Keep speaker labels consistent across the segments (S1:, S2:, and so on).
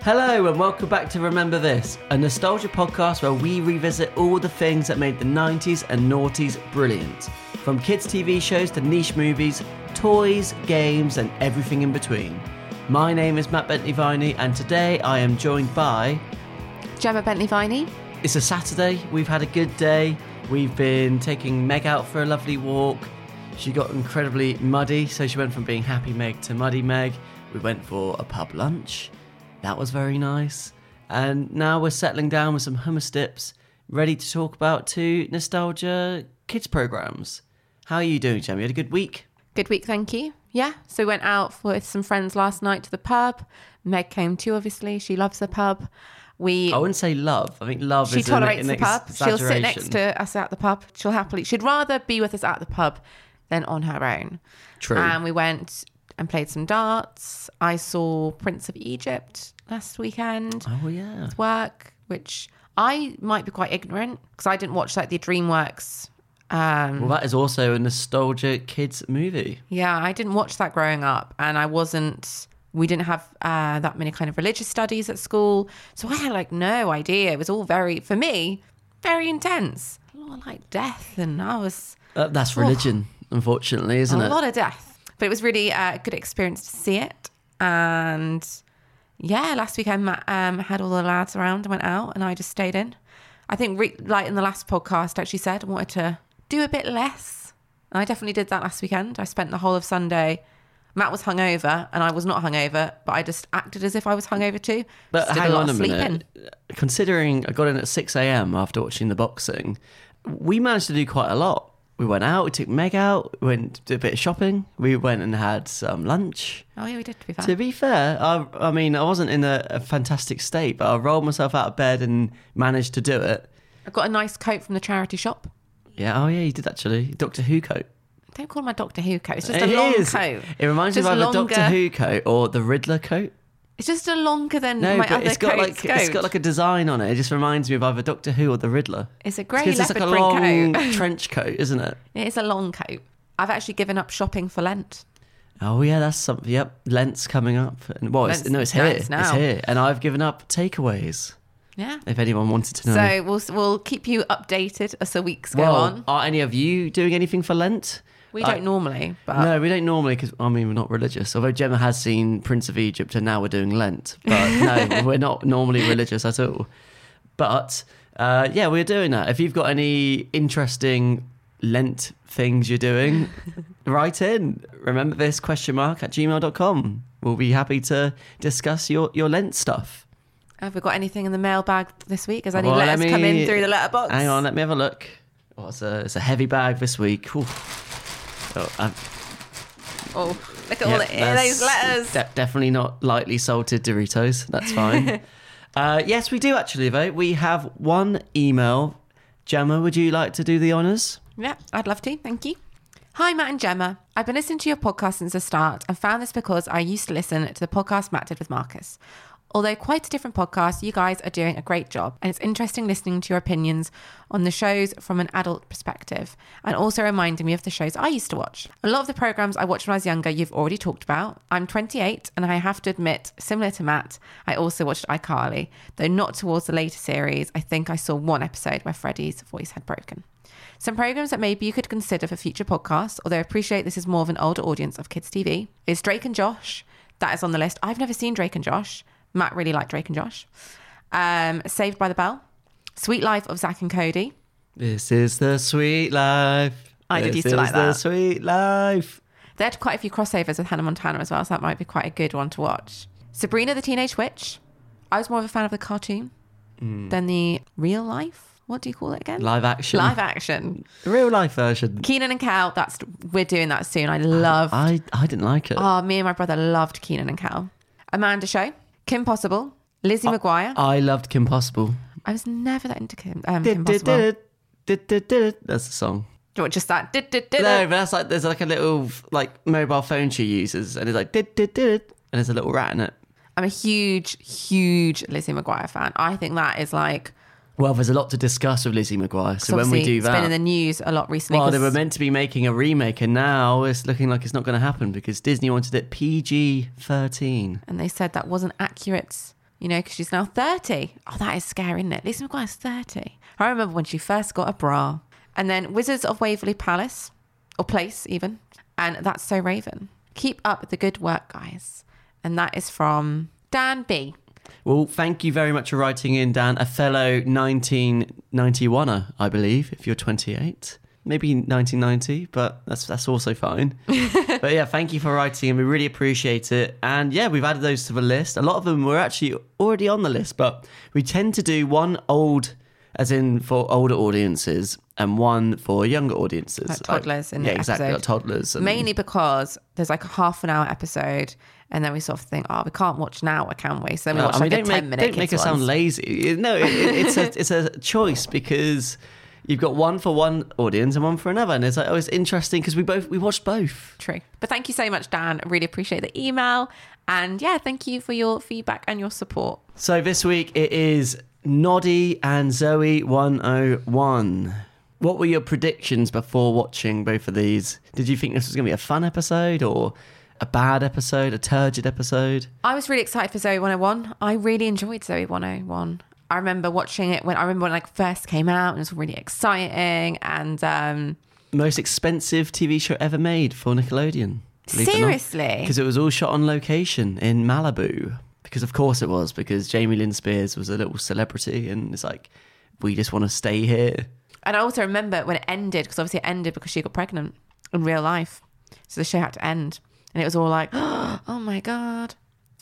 S1: Hello, and welcome back to Remember This, a nostalgia podcast where we revisit all the things that made the 90s and noughties brilliant. From kids' TV shows to niche movies, toys, games, and everything in between. My name is Matt Bentley Viney, and today I am joined by.
S2: Gemma Bentley Viney.
S1: It's a Saturday, we've had a good day, we've been taking Meg out for a lovely walk. She got incredibly muddy, so she went from being happy Meg to muddy Meg. We went for a pub lunch. That was very nice. And now we're settling down with some hummus dips, ready to talk about two nostalgia kids programs. How are you doing, Gem? You had a good week?
S2: Good week, thank you. Yeah, so we went out with some friends last night to the pub. Meg came too, obviously. She loves the pub. We
S1: I wouldn't say love. I think love
S2: she
S1: is an-
S2: tolerates
S1: an,
S2: the pub. She'll sit next
S1: exaggeration.
S2: to us at the pub. She'll happily. She'd rather be with us at the pub than on her own.
S1: True.
S2: And we went and played some darts. I saw Prince of Egypt last weekend.
S1: Oh yeah.
S2: work, which I might be quite ignorant because I didn't watch like the DreamWorks. Um,
S1: Well, that is also a nostalgia kids movie.
S2: yeah, I didn't watch that growing up, and I wasn't. We didn't have uh, that many kind of religious studies at school, so I had like no idea. It was all very, for me, very intense. A lot of, like death, and I was
S1: Uh,
S2: Oh.
S1: that's religion, unfortunately, isn't
S2: a
S1: it?
S2: lot of death. But it was really uh, a good experience to see it. And yeah, last weekend Matt um, had all the lads around and went out, and I just stayed in. I think, re- like in the last podcast, I actually said I wanted to do a bit less. And I definitely did that last weekend. I spent the whole of Sunday. Matt was hungover, and I was not hungover, but I just acted as if I was hungover too.
S1: But
S2: Just did
S1: hang
S2: lot
S1: on a
S2: of
S1: minute. Considering I got in at 6 a.m. after watching the boxing, we managed to do quite a lot. We went out, we took Meg out, we went to do a bit of shopping, we went and had some lunch.
S2: Oh yeah, we did. To be fair,
S1: To be fair, I, I mean, I wasn't in a, a fantastic state, but I rolled myself out of bed and managed to do it.
S2: I got a nice coat from the charity shop.
S1: Yeah, oh yeah, you did actually. Doctor Who coat.
S2: Don't call my Doctor Who coat. It's just
S1: It
S2: a long
S1: is.
S2: coat.
S1: It reminds
S2: Just
S1: me of either
S2: longer.
S1: Doctor Who coat or the Riddler coat.
S2: It's just a longer than
S1: No,
S2: my
S1: but
S2: other
S1: it's got like
S2: coat's coat.
S1: it's got like a design on it. It just reminds me of either Doctor Who or the Riddler.
S2: It's a grey
S1: Because it's
S2: leopard
S1: like a
S2: print
S1: long
S2: coat.
S1: trench coat, isn't it?
S2: It is a long coat. I've actually given up shopping for Lent.
S1: Oh yeah, that's something. Yep, Lent's coming up, and well, it's,
S2: Lent's-
S1: no, it's here.
S2: Lent's
S1: It's,
S2: now.
S1: here, and I've given up takeaways.
S2: Yeah.
S1: If anyone wanted to know,
S2: So we'll we'll keep you updated as the weeks go
S1: well,
S2: on.
S1: are any of you doing anything for Lent?
S2: We
S1: I-
S2: don't normally, but
S1: No, we don't normally because I mean we're not religious. Although Gemma has seen Prince of Egypt, and now we're doing Lent, but no, we're not normally religious at all. But uh, yeah, we're doing that. If you've got any interesting Lent things you're doing, write in. Remember this question mark at gmail.com. We'll be happy to discuss your, your Lent stuff.
S2: have we got anything in the mailbag this week? Has any
S1: Well, let
S2: letters come
S1: me-
S2: in through the letterbox?
S1: Hang on, let me have a look. Oh, it's a, it's a heavy bag this week. Oof. Oh, I've-
S2: Oh, look at all
S1: Yep,
S2: the,
S1: that's
S2: those letters.
S1: de- definitely not lightly salted Doritos. That's fine. uh, yes, we do actually, though. We have one email. Gemma, would you like to do the honours?
S2: Yeah, I'd love to. Thank you. Hi, Matt and Gemma. I've been listening to your podcast since the start and found this because I used to listen to the podcast Matt did with Marcus. Although quite a different podcast, you guys are doing a great job, and it's interesting listening to your opinions on the shows from an adult perspective, and also reminding me of the shows I used to watch. A lot of the programs I watched when I was younger, you've already talked about. I'm 28, and I have to admit, similar to Matt, I also watched iCarly, though not towards the later series. I think I saw one episode where Freddie's voice had broken. Some programs that maybe you could consider for future podcasts, although I appreciate this is more of an older audience of kids' TV, is Drake and Josh. That is on the list. I've never seen Drake and Josh. Matt really liked Drake and Josh. Um, Saved by the Bell, Sweet Life of Zach and Cody,
S1: This is the sweet life.
S2: I did
S1: This
S2: used to like
S1: is the
S2: that.
S1: sweet life.
S2: They had quite a few crossovers with Hannah Montana as well, so that might be quite a good one to watch. Sabrina the Teenage Witch. I was more of a fan of the cartoon than the real life. What do you call it again?
S1: Mm. Live action.
S2: Live action.
S1: The Real life version.
S2: Keenan and Cal. That's we're doing that soon. I love.
S1: I, I didn't like it.
S2: Oh, me and my brother loved Keenan and Cal. Amanda Show. Kim Possible. Lizzie
S1: Oh.
S2: McGuire.
S1: I loved Kim Possible.
S2: I was never that into Kim, um, Kim
S1: Did, did,
S2: Possible.
S1: did, did, did, did. That's the song.
S2: Or Just that. Did, did, did,
S1: No,
S2: it.
S1: but that's like there's like a little like mobile phone she uses, and it's like did did did, and there's a little rat in it.
S2: I'm a huge, huge Lizzie McGuire fan. I think that is like.
S1: Well, there's a lot to discuss with Lizzie McGuire. So when we
S2: obviously
S1: do
S2: It's been
S1: that,
S2: in the news a lot recently.
S1: well, they
S2: 'cause-
S1: were meant to be making a remake, and now it's looking like it's not going to happen because Disney wanted it PG 13.
S2: and they said that wasn't accurate you know, because she's now 30. Oh, that is scary, isn't it? Lisa McGuire's 30. I remember when she first got a bra. And then Wizards of Waverly Palace, or Place even, and That's So Raven. Keep up the good work, guys. And that is from Dan B.
S1: Well, thank you very much for writing in, Dan. A fellow 1991er, I believe, if you're 28. Maybe 1990, but that's that's also fine. but yeah, thank you for writing and we really appreciate it. And yeah, we've added those to the list. A lot of them were actually already on the list, but we tend to do one old, as in for older audiences, and one for younger audiences.
S2: Like toddlers in
S1: yeah,
S2: the
S1: exactly,
S2: episode.
S1: like toddlers. and-
S2: Mainly because there's like a half an hour episode, and then we sort of think, oh, we can't watch now, can we? So then we
S1: No,
S2: watch
S1: I mean,
S2: like a
S1: don't
S2: 10
S1: make,
S2: minute
S1: don't make
S2: kids
S1: us sound
S2: ones.
S1: lazy. No, it, it- it's a it's a choice because you've got one for one audience and one for another, and it's like oh, it's interesting because we both we watched both.
S2: True. But thank you so much, Dan. I Really appreciate the email. And yeah, thank you for your feedback and your support.
S1: So this week it is Noddy and Zoe one oh one. What were your predictions before watching both of these? Did you think this was going to be a fun episode or a bad episode, a turgid episode?
S2: I was really excited for Zoe 101. I really enjoyed Zoe 101. I remember watching it when I remember when it like first came out and it was really exciting and um
S1: Most expensive TV show ever made for Nickelodeon.
S2: Seriously?
S1: Because it was all shot on location in Malibu. Because of course it was, because Jamie Lynn Spears was a little celebrity and it's like, we just want to stay here.
S2: and I also remember when it ended because obviously it ended because she got pregnant in real life. So the show had to end and it was all like, "Oh my god."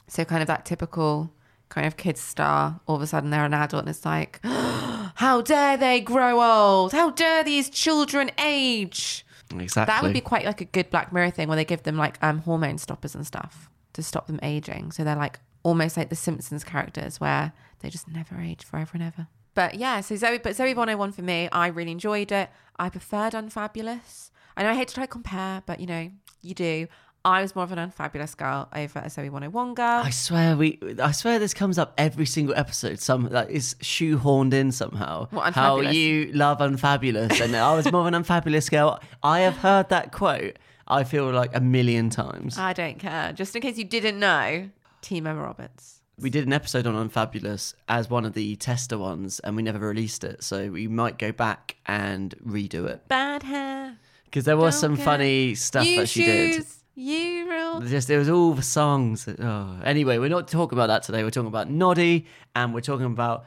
S2: So kind of that typical kind of kid star all of a sudden they're an adult and it's like, "How dare they grow old? How dare these children age?"
S1: Exactly.
S2: That would be quite like a good Black Mirror thing where they give them like um, hormone stoppers and stuff to stop them aging. So they're like almost like the Simpsons characters where they just never age forever and ever. But yeah, so Zoe, but Zoe 101 for me, I really enjoyed it. I preferred Unfabulous. I know I hate to try to compare, but you know, you do. I was more of an Unfabulous girl over a Zoe 101 girl.
S1: I swear we, I swear this comes up every single episode. Some like it's shoehorned in somehow.
S2: What,
S1: how
S2: Unfabulous?
S1: you love unfabulous, and I was more of an unfabulous girl. I have heard that quote. I feel like a million times.
S2: I don't care. Just in case you didn't know, Team Emma Roberts.
S1: We did an episode on Unfabulous as one of the tester ones, and we never released it. So we might go back and redo it
S2: Bad hair.
S1: because there was
S2: Don't
S1: some
S2: care.
S1: funny stuff
S2: you
S1: that she did.
S2: shoes. You rule.
S1: Just it was all the songs. that- Oh. Anyway, we're not talking about that today. We're talking about Noddy, and we're talking about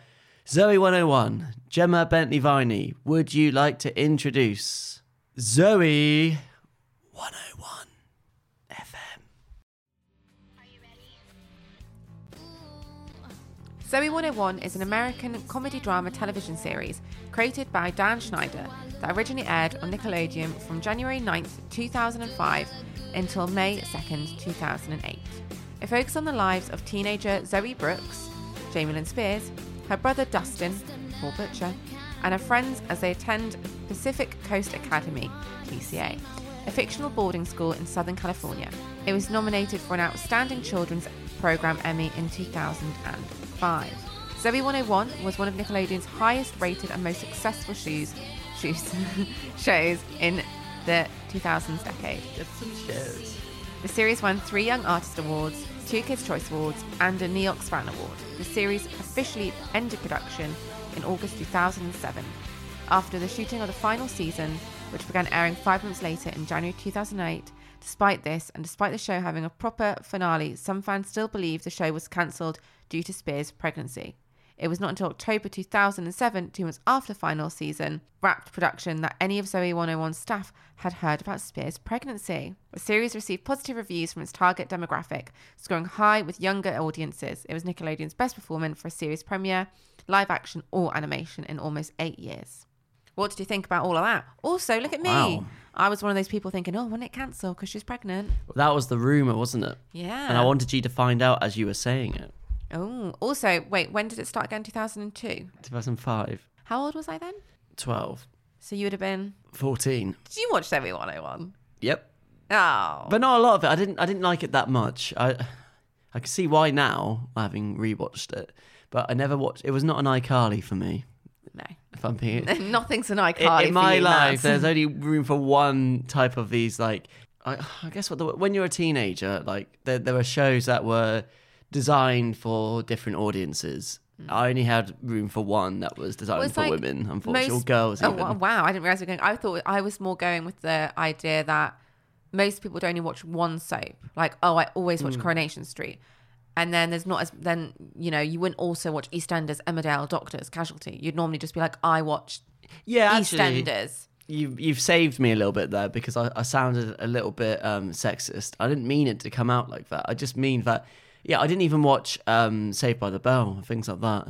S1: Zoe 101, Gemma Bentley Viney. Would you like to introduce Zoe 101 FM?
S2: Zoe 101 is an American comedy drama television series created by Dan Schneider that originally aired on Nickelodeon from January 9th, 2005 until May 2nd, 2008. It focuses on the lives of teenager Zoe Brooks, Jamie Lynn Spears, her brother Dustin, Paul Butcher, and her friends as they attend Pacific Coast Academy, PCA, a fictional boarding school in Southern California. It was nominated for an Outstanding Children's Program Emmy in 2005. Zoe 101 was one of Nickelodeon's highest rated and most successful shoes, shoes, shows in the 2000s decade.
S1: Get some shows.
S2: The series won three Young Artist Awards, two Kids' Choice Awards, and a Neox Fan Award. The series officially ended production in August 2007 after the shooting of the final season, which began airing five months later in January 2008. Despite this, and despite the show having a proper finale, some fans still believe the show was cancelled due to Spears' pregnancy. It was not until October 2007, two months after final season, wrapped production, that any of Zoe 101's staff had heard about Spears' pregnancy. The series received positive reviews from its target demographic, scoring high with younger audiences. It was Nickelodeon's best performance for a series premiere, live action or animation, in almost eight years. What did you think about all of that? Also, look at me.
S1: Wow.
S2: I was one of those people thinking, oh, when it cancel because she's pregnant.
S1: That was the rumor, wasn't it?
S2: Yeah.
S1: And I wanted you to find out as you were saying it.
S2: oh, also, wait, when did it start again? 2002.
S1: 2005,
S2: How old was I then?
S1: 12,
S2: So you would have been
S1: 14.
S2: Did you watch Zoe 101?
S1: Yep.
S2: Oh.
S1: But not a lot of it. I didn't. I didn't like it that much. I, I can see why now, having rewatched it. But I never watched. It was not an iCarly for me.
S2: no.
S1: If I'm being
S2: Nothing's an
S1: in,
S2: icon.
S1: in my life, there's only room for one type of these. Like, I, I guess what the, when you're a teenager, like there there were shows that were designed for different audiences. I only had room for one that was designed
S2: Mm. Well, it's
S1: for
S2: like
S1: women, unfortunately,
S2: most-
S1: or girls.
S2: Oh,
S1: Even.
S2: wa- wow. I didn't realize we were going. I thought I was more going with the idea that most people don't only watch one soap. Like, oh, I always
S1: Hmm.
S2: watch Coronation Street. And then there's not as, then, you know, you wouldn't also watch EastEnders, Emmerdale, Doctors, Casualty. You'd normally just be like, I watched
S1: yeah, actually,
S2: EastEnders.
S1: you've you've saved me a little bit there because I, I sounded a little bit um, sexist. I didn't mean it to come out like that. I just mean that yeah, I didn't even watch um, Saved by the Bell and things like that.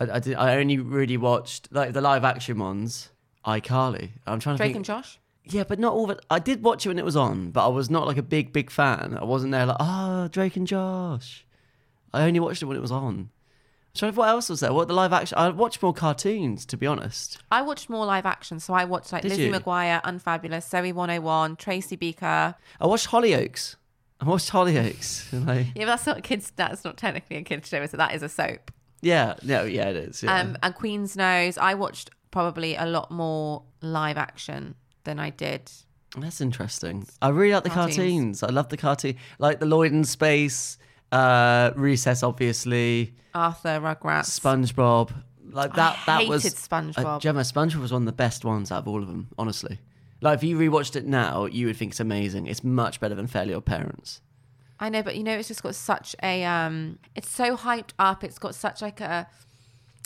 S1: I I, did, I only really watched like the live action ones. iCarly. I'm trying to
S2: Drake
S1: think.
S2: and Josh?
S1: Yeah, but not all that. I did watch it when it was on, but I was not like a big, big fan. I wasn't there like, ah, Drake and Josh. I only watched it when it was on. So what else was there? What the live action? I watched more cartoons, to be honest.
S2: I watched more live action. So I watched like
S1: Did
S2: Lizzie
S1: you?
S2: McGuire, Unfabulous, Zoe 101, Tracy Beaker.
S1: I watched Hollyoaks. I watched Hollyoaks. And I,
S2: Yeah, but that's not a kids. That's not technically a kids show, is it? That is a soap.
S1: yeah, no, yeah, it is. Yeah.
S2: Um, and Queen's Nose. I watched probably a lot more live action than I did.
S1: That's interesting. I really like the
S2: Cartoons.
S1: cartoons. I love the cartoon, like the Lloyd in Space, uh, Recess, obviously,
S2: Arthur Rugrats.
S1: SpongeBob. Like that.
S2: I
S1: that
S2: hated
S1: was
S2: SpongeBob.
S1: Uh, Gemma, SpongeBob was one of the best ones out of all of them. Honestly, like if you rewatched it now, you would think it's amazing. It's much better than Fairly Odd Parents.
S2: I know, but you know, it's just got such a. Um, it's so hyped up. It's got such like a.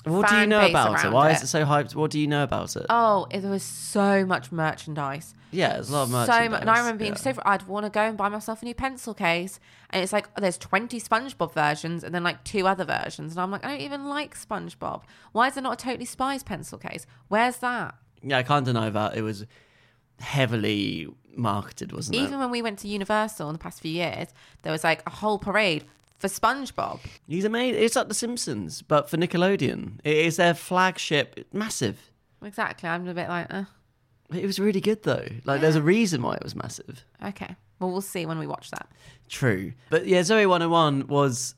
S1: What do you
S2: Fan
S1: know
S2: base
S1: about it?
S2: around
S1: Why
S2: it.
S1: is it so hyped? What do you know about it?
S2: Oh, it, there was so much merchandise.
S1: yeah, there's a lot of
S2: So much.
S1: merchandise.
S2: And I remember being
S1: yeah.
S2: so. fr- I'd want to go and buy myself a new pencil case, and it's like oh, there's 20 SpongeBob versions, and then like two other versions, and I'm like, I don't even like SpongeBob. Why is there not a Totally Spies pencil case? Where's that?
S1: Yeah, I can't deny that it was heavily marketed, wasn't it?
S2: Even when we went to Universal in the past few years, there was like a whole parade for SpongeBob.
S1: He's amazing. It's like The Simpsons, but for Nickelodeon. It is their flagship, massive.
S2: Exactly. I'm a bit like, uh,
S1: It was really good though. Like, there's a reason why it was massive.
S2: okay. Well, we'll see when we watch that.
S1: True. But yeah, Zoe 101 was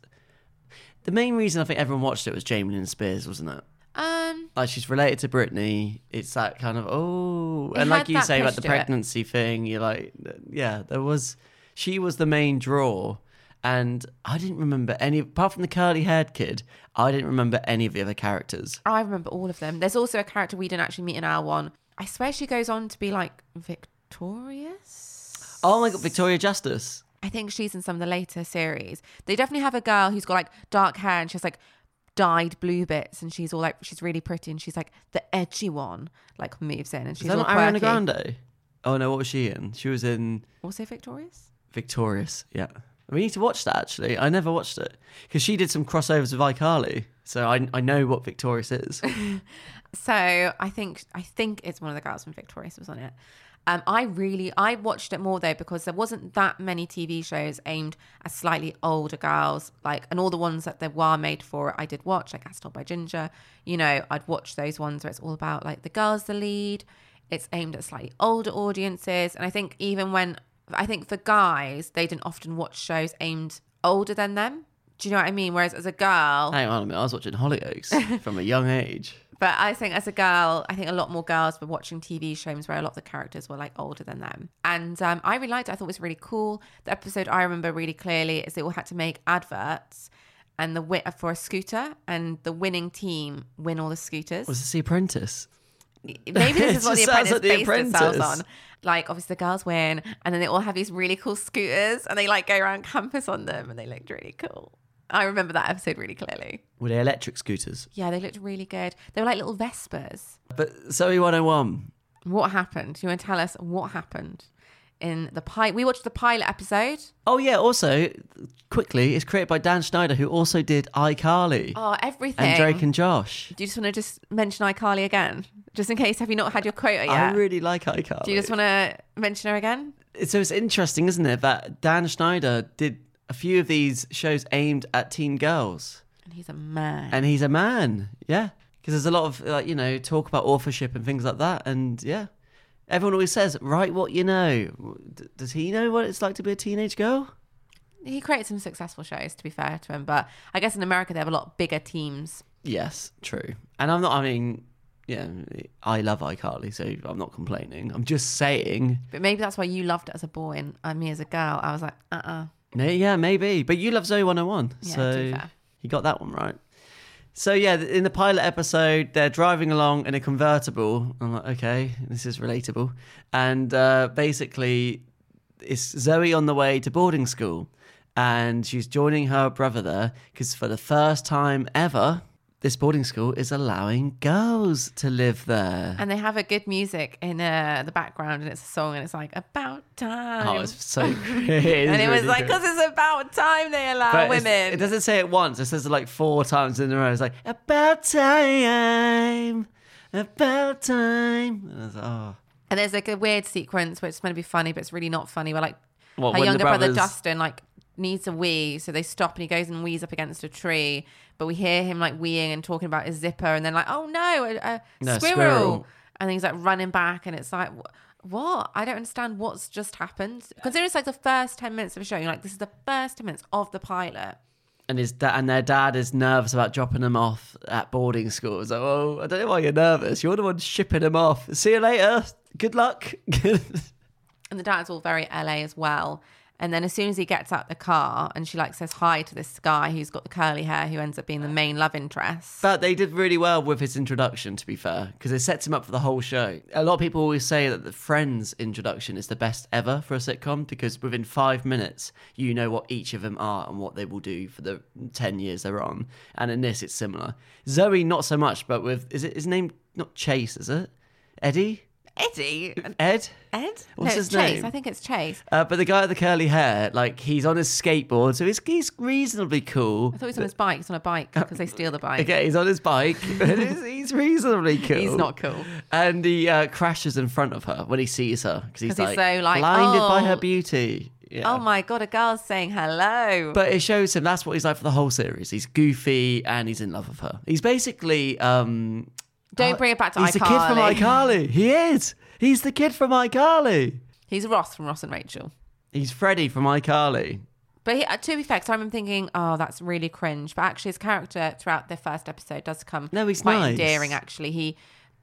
S1: the main reason I think everyone watched it was Jamie Lynn Spears, wasn't it?
S2: Um,
S1: Like she's related to Britney. It's that kind of oh,
S2: It
S1: and
S2: had
S1: like you
S2: that
S1: say
S2: push
S1: about the
S2: to it.
S1: pregnancy thing, you're like, yeah, there was. She was the main draw, and I didn't remember any apart from the curly-haired kid. I didn't remember any of the other characters.
S2: oh, I remember all of them. There's also a character we didn't actually meet in our one. I swear she goes on to be like victorious.
S1: Oh my god, Victoria Justice.
S2: I think she's in some of the later series. They definitely have a girl who's got like dark hair and she has like dyed blue bits and she's all like she's really pretty and she's like the edgy one like moves in and she's
S1: Is that
S2: all
S1: not Ariana
S2: quirky.
S1: Grande? Oh no, what was she in? She was in
S2: Also victorious.
S1: Victorious. Yeah. We need to watch that actually. I never watched it because she did some crossovers with iCarly, so I I know what Victorious is.
S2: So I think I think it's one of the girls from Victorious was on it. Um, I really I watched it more though because there wasn't that many TV shows aimed at slightly older girls like and all the ones that there were made for it I did watch like As Told by Ginger you know I'd watch those ones where it's all about like the girls the lead it's aimed at slightly older audiences and I think even when I think for guys they didn't often watch shows aimed older than them do you know what I mean whereas as a girl
S1: Hang on a minute, I was watching Hollyoaks from a young age.
S2: But I think as a girl, I think a lot more girls were watching TV shows where a lot of the characters were like older than them. And um, I really liked it. I thought it was really cool. The episode I remember really clearly is they all had to make adverts and the wit for a scooter and the winning team win all the scooters.
S1: Was this The Apprentice?
S2: Maybe this
S1: It
S2: is what the
S1: just sounds
S2: apprentice
S1: like The
S2: based themselves
S1: Apprentice.
S2: on. Like obviously the girls win and then they all have these really cool scooters and they like go around campus on them and they looked really cool. I remember that episode really clearly.
S1: Were they electric scooters?
S2: Yeah, they looked really good. They were like little Vespers.
S1: But Zoe 101.
S2: What happened? You want to tell us what happened in the pilot? We watched the pilot episode.
S1: Oh yeah, also quickly, it's created by Dan Schneider, who also did iCarly
S2: Oh, everything.
S1: and Drake and Josh.
S2: Do you just want to just mention iCarly again, just in case? Have you not had your quota yet?
S1: I really like iCarly.
S2: Do you just want to mention her again?
S1: so it's interesting, isn't it, that Dan Schneider did a few of these shows aimed at teen girls,
S2: And he's a man.
S1: and he's a man, yeah, because there's a lot of like you know talk about authorship and things like that, and yeah, everyone always says write what you know. D- does he know what it's like to be a teenage girl?
S2: he created some successful shows, to be fair to him, but I guess in America they have a lot bigger teams.
S1: Yes, true. And I'm not. I mean, yeah, I love iCarly, so I'm not complaining. I'm just saying.
S2: But maybe that's why you loved it as a boy and uh, me as a girl. I was like, uh uh
S1: No, yeah, maybe. But you love Zoe 101.
S2: Yeah,
S1: so
S2: to be fair.
S1: you got that one right. So yeah, th- in the pilot episode, they're driving along in a convertible. I'm like, okay, this is relatable. And uh, basically, it's Zoe on the way to boarding school, and she's joining her brother there because for the first time ever, this boarding school is allowing girls to live there.
S2: And they have a good music in uh, the background, and it's a song, and it's like about time.
S1: oh, it's so great!
S2: and it was
S1: really
S2: like,
S1: great.
S2: because it's about time they allow
S1: But it's-
S2: women.
S1: It doesn't say it once. It says it like four times in a row. It's like about time, about time. And I was like, oh.
S2: And there's like a weird sequence where it's meant to be funny, but it's really not funny. Where like
S1: What,
S2: her
S1: when the
S2: younger brother
S1: brothers-
S2: Dustin like needs a wee, so they stop and he goes and wees up against a tree. But we hear him like weeing and talking about his zipper, and then like, oh no, a, a
S1: No,
S2: squirrel.
S1: squirrel.
S2: and then he's like running back, and it's like. Wh- what? I don't understand what's just happened. Considering it's like the first 10 minutes of a show, you're like, this is the first 10 minutes of the pilot.
S1: And his da- and their dad is nervous about dropping them off at boarding school. It's like, oh, I don't know why you're nervous. You're the one shipping them off. See you later. Good luck.
S2: and the dad's all very LA as well. And then as soon as he gets out the car and she like says hi to this guy who's got the curly hair who ends up being the main love interest.
S1: but they did really well with his introduction, to be fair, because it sets him up for the whole show. A lot of people always say that the Friends introduction is the best ever for a sitcom because within five minutes, you know what each of them are and what they will do for the 10 years they're on. And in this, it's similar. Zoe, not so much, but with, is it his name? Not Chase, is it? Eddie?
S2: Eddie,
S1: Ed?
S2: Ed, no,
S1: What's
S2: it's
S1: his
S2: Chase.
S1: name?
S2: I think it's Chase.
S1: Uh, but the guy with the curly hair, like he's on his skateboard, so he's he's reasonably cool.
S2: I thought he was on his bike. He's on a bike
S1: Uh,
S2: because they steal the bike.
S1: Okay, he's on his bike, but he's, he's reasonably cool.
S2: He's not cool.
S1: And he uh, crashes in front of her when he sees her because he's,
S2: 'Cause
S1: like,
S2: he's so, like,
S1: blinded by her
S2: oh.
S1: beauty. Yeah.
S2: Oh my god, a girl's saying hello.
S1: But it shows him that's what he's like for the whole series. He's goofy and he's in love with her. He's basically um
S2: Don't bring it back to
S1: He's the kid from
S2: iCarly.
S1: iCarly. He is. He's the kid from iCarly.
S2: He's Ross from Ross and Rachel.
S1: He's Freddy from iCarly.
S2: But he, uh, to be fair, 'cause I remember thinking, oh, that's really cringe. But actually, his character throughout the first episode does come
S1: No, he's
S2: quite
S1: nice.
S2: endearing. Actually, he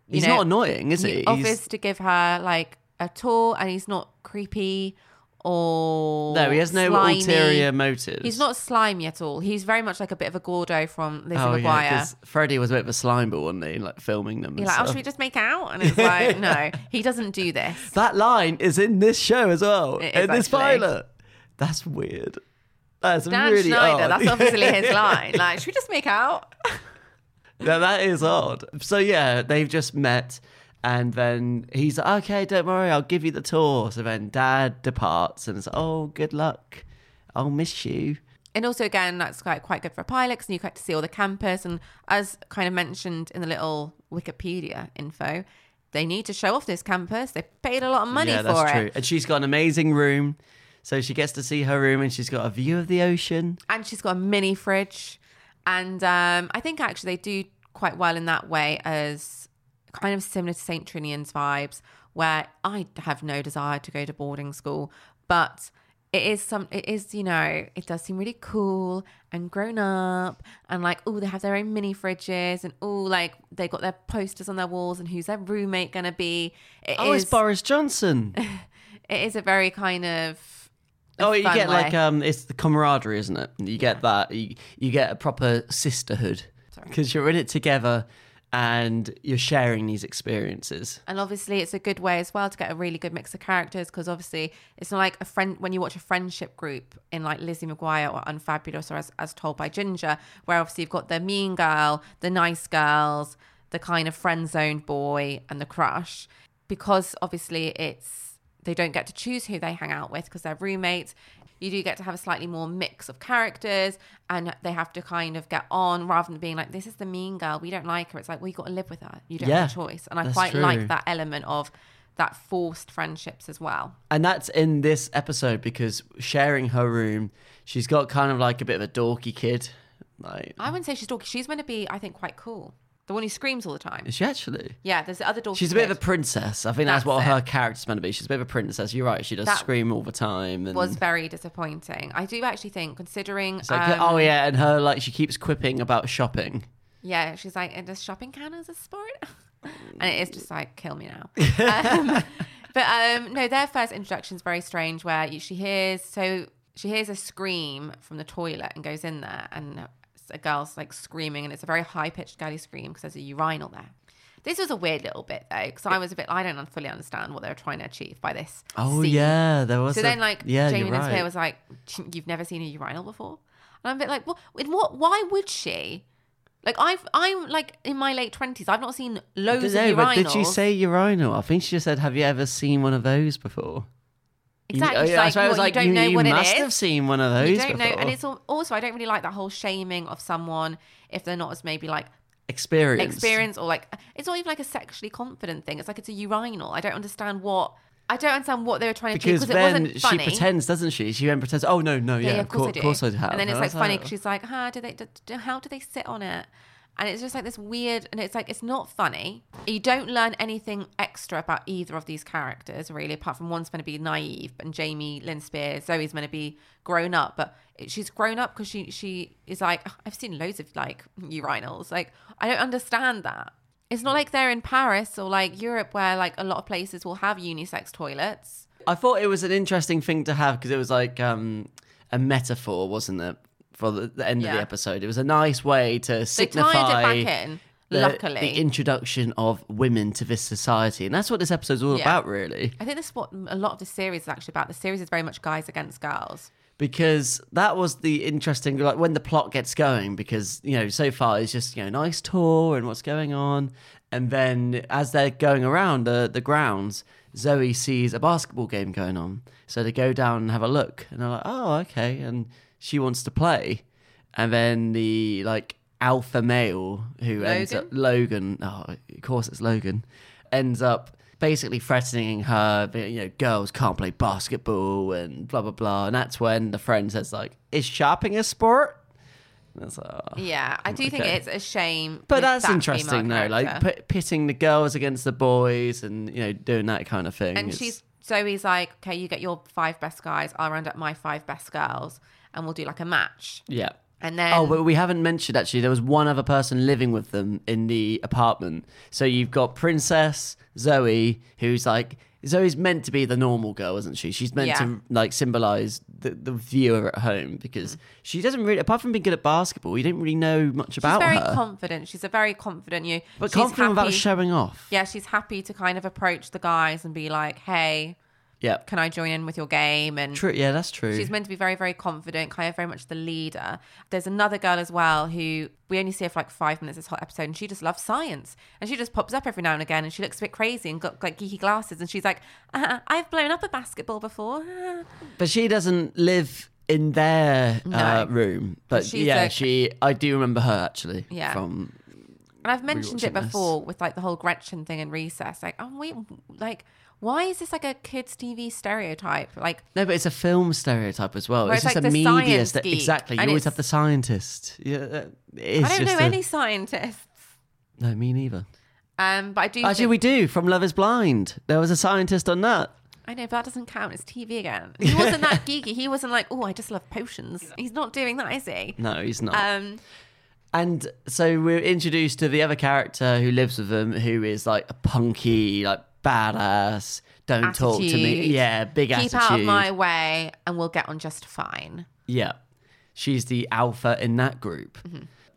S2: you
S1: He's
S2: know,
S1: not annoying, is he?
S2: he
S1: He's-
S2: offers to give her like a tour and he's not creepy or
S1: No, he has no
S2: slimy.
S1: ulterior motives.
S2: He's not slimy at all. He's very much like a bit of a Gordo from Lizzie
S1: Oh
S2: McGuire.
S1: yeah, because Freddie was a bit of a slime ball, wasn't he? Like filming them.
S2: You're
S1: and
S2: like, oh,
S1: stuff.
S2: should we just make out? And it's like, no, he doesn't do this.
S1: That line is in this show as well.
S2: It is
S1: in this
S2: actually.
S1: pilot. That's weird. That's
S2: Dan
S1: really
S2: Schneider,
S1: odd.
S2: that's obviously his line. Like, should we just make out?
S1: No, that is odd. So yeah, they've just met, and then he's like, "Okay, don't worry, I'll give you the tour." So then Dad departs, and it's like, "Oh, good luck. I'll miss you."
S2: And also, again, that's quite quite good for a pilot because you get to see all the campus. And as kind of mentioned in the little Wikipedia info, they need to show off this campus. They paid a lot of money
S1: yeah,
S2: for
S1: that's
S2: it.
S1: true. And she's got an amazing room, so she gets to see her room, and she's got a view of the ocean.
S2: and she's got a mini fridge and um, i think actually they do quite well in that way as kind of similar to st trinian's vibes where i have no desire to go to boarding school but it is some it is you know it does seem really cool and grown up and like oh they have their own mini fridges and oh like they got their posters on their walls and who's their roommate gonna be It
S1: Oh, it's
S2: is-
S1: Boris Johnson.
S2: it is a very kind of
S1: Oh, you
S2: fun
S1: get
S2: way.
S1: like um, it's the camaraderie, isn't it? You get that. You, you get a proper sisterhood because you're in it together, and you're sharing these experiences.
S2: And obviously, it's a good way as well to get a really good mix of characters because obviously, it's not like a friend when you watch a friendship group in like Lizzie McGuire or Unfabulous or as, as told by Ginger, where obviously you've got the mean girl, the nice girls, the kind of friend zoned boy, and the crush. Because obviously, it's they don't get to choose who they hang out with because they're roommates. You do get to have a slightly more mix of characters and they have to kind of get on rather than being like, this is the mean girl. We don't like her. It's like, well, you got to live with her. You don't have a
S1: Yeah.
S2: choice. And I
S1: That's
S2: quite
S1: true.
S2: like that element of that forced friendships as well.
S1: And that's in this episode because sharing her room, she's got kind of like a bit of a dorky kid. Like,
S2: I wouldn't say she's dorky. She's meant to be, I think, quite cool. The one who screams all the time.
S1: is she actually?
S2: Yeah, there's the other dorky.
S1: She's a bit of a
S2: kid
S1: princess. I think that's,
S2: That's
S1: what
S2: it.
S1: her character's meant to be. She's a bit of a princess. You're right. She does
S2: That
S1: scream all the time. And
S2: was very disappointing. I do actually think, considering,
S1: it's like,
S2: um,
S1: oh yeah, and her like she keeps quipping about shopping.
S2: yeah, she's like, "And does shopping count as a sport? and it is just like, kill me now. um, but um, no, their first introduction's very strange, where you, she hears so she hears a scream from the toilet and goes in there, and it's a girl's like screaming, and it's a very high pitched girly scream because there's a urinal there. This was a weird little bit though, because I was a bit, I don't fully understand what they were trying to achieve by this.
S1: Oh
S2: scene.
S1: yeah, there was.
S2: So
S1: a-
S2: then, like,
S1: yeah,
S2: Jamie
S1: you're
S2: Lynn
S1: right.
S2: Spear was like, "You've never seen a urinal before," and I'm a bit like, "What? In what? Why would she?" Like, I've I'm like in my late twenties. I've not seen loads of
S1: No,
S2: urinals.
S1: but did she say urinal? I think she just said, "Have you ever seen one of those before?" You-
S2: exactly?
S1: oh,
S2: She's
S1: yeah, I
S2: like,
S1: swear it
S2: "Well,
S1: was like,
S2: you don't
S1: you,
S2: know
S1: you
S2: what
S1: must
S2: it
S1: have
S2: is.
S1: seen one of those
S2: You don't know,
S1: before.
S2: and it's al- also I don't really like that whole shaming of someone if they're not as maybe like
S1: experience.
S2: experienced or like it's not even like a sexually confident thing. It's like it's a urinal. I don't understand what I don't understand what they were trying to
S1: Because
S2: do because it
S1: then
S2: wasn't
S1: she
S2: funny.
S1: pretends, doesn't she? She then pretends, oh, no, no, yeah, of, cour-
S2: I do.
S1: course I'd have.
S2: And then it's
S1: I Uh-huh.
S2: like
S1: was
S2: funny because she's like, "Huh? Do they? Do, do- how do they sit on it?" And it's just like this weird, and it's like it's not funny. You don't learn anything extra about either of these characters really, apart from one's meant to be naive, and Jamie Lynn Spears, Zoe's meant to be grown up, but it- she's grown up because she she is like, "Ugh, I've seen loads of like urinals. Like I don't understand that. It's
S1: Mm.
S2: not like they're in Paris or like Europe where like a lot of places will have unisex toilets.
S1: I thought it was an interesting thing to have because it was like um, a metaphor, wasn't it, for the, the end of
S2: Yeah.
S1: the episode? It was a nice way to
S2: They
S1: signify
S2: tied it back in.
S1: the,
S2: luckily,
S1: the introduction of women to this society, and that's what this episode's all
S2: Yeah.
S1: about, really.
S2: I think that's what a lot of the series is actually about. The series is very much guys against girls.
S1: Because that was the interesting, like when the plot gets going. Because you know, so far it's just you know, nice tour and what's going on, and then as they're going around the the grounds, Zoe sees a basketball game going on, so they go down and have a look, and they're like, oh, okay, and she wants to play, and then the like alpha male who ends up
S2: Logan?
S1: Logan, oh, of course it's Logan, ends up basically threatening her, be- you know, girls can't play basketball and blah, blah, blah. And that's when the friend says, like, is shopping a sport? And it's like, oh.
S2: Yeah, I do think
S1: Okay.
S2: it's a shame.
S1: But
S2: with
S1: that's
S2: that
S1: interesting, though,
S2: female
S1: like
S2: character.
S1: pit pitting the girls against the boys and, you know, doing that kind of thing.
S2: and
S1: It's-
S2: she's Zoe's like, okay, you get your five best guys. I'll round up my five best girls, and we'll do like a match.
S1: Yeah.
S2: And then
S1: Oh, but we haven't mentioned actually. There was one other person living with them in the apartment. So you've got Princess Zoe, who's like Zoe's meant to be the normal girl, isn't she? She's meant
S2: Yeah.
S1: to like symbolize the, the viewer at home because she doesn't really, apart from being good at basketball, you don't really know much
S2: she's
S1: about
S2: very
S1: her.
S2: confident. She's a very confident you.
S1: but
S2: she's
S1: confident about
S2: happy-
S1: showing off.
S2: Yeah, she's happy to kind of approach the guys and be like, hey,
S1: Yeah,
S2: can I join in with your game? And
S1: true. Yeah, that's true.
S2: She's meant to be very, very confident, kind of very much the leader. There's another girl as well who we only see her for like five minutes this whole episode, and she just loves science. And she just pops up every now and again, and she looks a bit crazy and got like geeky glasses. And she's like, uh, "I've blown up a basketball before." Uh.
S1: But she doesn't live in their uh,
S2: No.
S1: room. But
S2: She's
S1: yeah,
S2: a-
S1: she. I do remember her actually.
S2: Yeah.
S1: From
S2: And I've mentioned it
S1: Rewatching this.
S2: before with like the whole Gretchen thing in recess. Like, oh wait, like why is this like a kids' TV stereotype? Like,
S1: No, but it's a film stereotype as well.
S2: Where
S1: it's
S2: it's
S1: just
S2: like
S1: a
S2: the
S1: media
S2: science
S1: sta-
S2: geek,
S1: exactly. You
S2: and
S1: always
S2: it's-
S1: have the scientist. Yeah, uh, it's
S2: I don't
S1: just
S2: know
S1: a-
S2: any scientists.
S1: No, me neither.
S2: Um, but I do.
S1: Actually, we
S2: think-
S1: do. From Love Is Blind, there was a scientist on that.
S2: I know, but that doesn't count. It's TV again. He wasn't that geeky. He wasn't like, oh, I just love potions. He's not doing that, is he?
S1: No, he's not.
S2: Um,
S1: and so we're introduced to the other character who lives with them, who is like a punky, like badass. Don't talk to me.
S2: Attitude.
S1: Yeah, big
S2: keep
S1: attitude.
S2: out of my way, and we'll get on just fine.
S1: Yeah. She's the alpha in that group.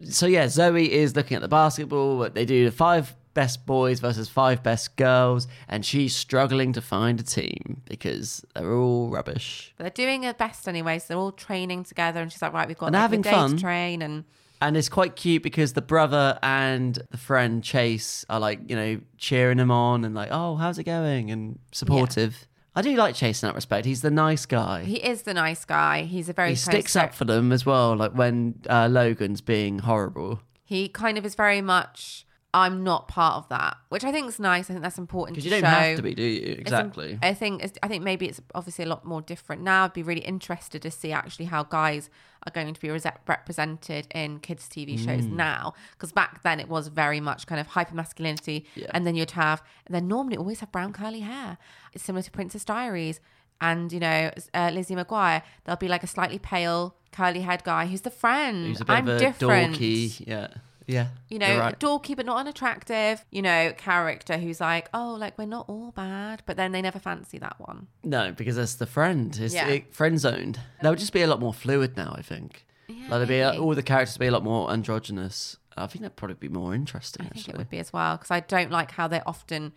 S1: So yeah, Zoe is looking at the basketball. What They do the five best boys versus five best girls, and she's struggling to find a team because they're all rubbish.
S2: But they're doing their best anyway, so they're all training together. And she's like, right, we've got
S1: And
S2: like,
S1: having
S2: the day to
S1: fun.
S2: train, and
S1: And it's quite cute because the brother and the friend Chase are like, you know, cheering him on and like, oh, how's it going? And supportive. I do like Chase in that respect. He's the nice guy.
S2: he is the nice guy. He's a very
S1: he
S2: kind of
S1: sticks up for them as well, like when uh, Logan's being horrible.
S2: He kind of is very much. I'm not part of that, which I think is nice. I think that's important
S1: Because
S2: to
S1: you don't
S2: show.
S1: have to be, do you?
S2: It's im-
S1: Exactly.
S2: I think it's- I think maybe it's obviously a lot more different now. I'd be really interested to see actually how guys are going to be rese- represented in kids' TV shows
S1: Mm.
S2: now, because back then it was very much kind of hyper masculinity,
S1: Yeah.
S2: and then you'd have, and then normally always have brown curly hair. It's similar to Princess Diaries, and you know s- uh, Lizzie McGuire. There'll be like a slightly pale curly haired guy who's the friend.
S1: He's a bit
S2: I'm
S1: of a
S2: different.
S1: dorky. Yeah. Yeah.
S2: You know,
S1: you're right.
S2: dorky but not unattractive, you know, character who's like, oh, like we're not all bad, but then they never fancy that one.
S1: No, because that's the friend. It's
S2: Yeah.
S1: it, friend zoned. That would just be a lot more fluid now. I think.
S2: Yeah,
S1: like, it'd be uh,
S2: maybe.
S1: all the characters would be a lot more androgynous. I think that'd probably be more interesting.
S2: I think
S1: actually,
S2: it would be as well because I don't like how they're often.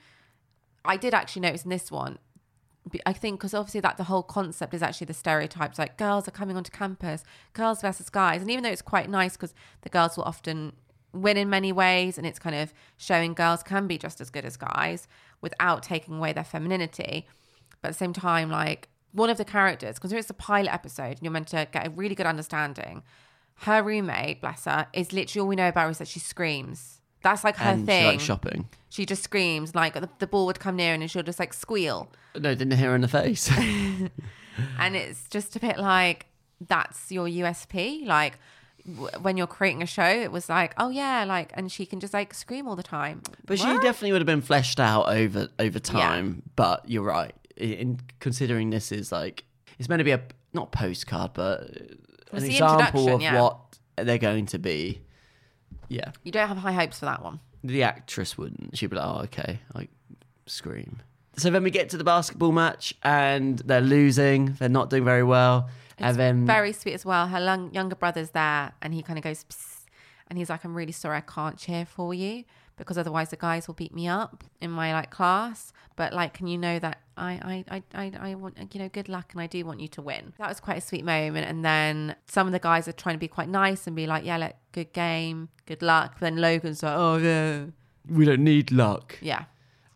S2: I did actually notice in this one. be- I think because obviously that the whole concept is actually the stereotypes like girls are coming onto campus, girls versus guys, and even though it's quite nice because the girls will often win in many ways, and it's kind of showing girls can be just as good as guys without taking away their femininity. But at the same time, like one of the characters, because it's a pilot episode, and you're meant to get a really good understanding. Her roommate, bless her, is literally all we know about her is that she screams. That's like her
S1: and she
S2: thing.
S1: likes shopping.
S2: she just screams. Like the, the ball would come near, and she'll just like squeal.
S1: No, didn't hear her in the face.
S2: and it's just a bit like that's your USP. Like w- when you're creating a show, it was like, oh yeah, like, and she can just like scream all the time.
S1: But she
S2: What?
S1: definitely would have been fleshed out over over time. But you're right. i- In considering this is like it's meant to be a not postcard, but an
S2: the
S1: example
S2: introduction,
S1: of
S2: yeah.
S1: what they're going to be. Yeah,
S2: you don't have high hopes for that one.
S1: the actress wouldn't. She'd be like, "Oh, okay, I scream." So then we get to the basketball match, and they're losing. They're not doing very well, and then
S2: Very sweet as well. Her lung- younger brother's there, and he kind of goes, Psst, and he's like, I'm really sorry, I can't cheer for you because otherwise the guys will beat me up in my like class. But like, can you know that I I I I, I want you know good luck, and I do want you to win. That was quite a sweet moment. And then some of the guys are trying to be quite nice and be like, yeah, like, good game, good luck. But then Logan's like, oh yeah,
S1: we don't need luck.
S2: yeah.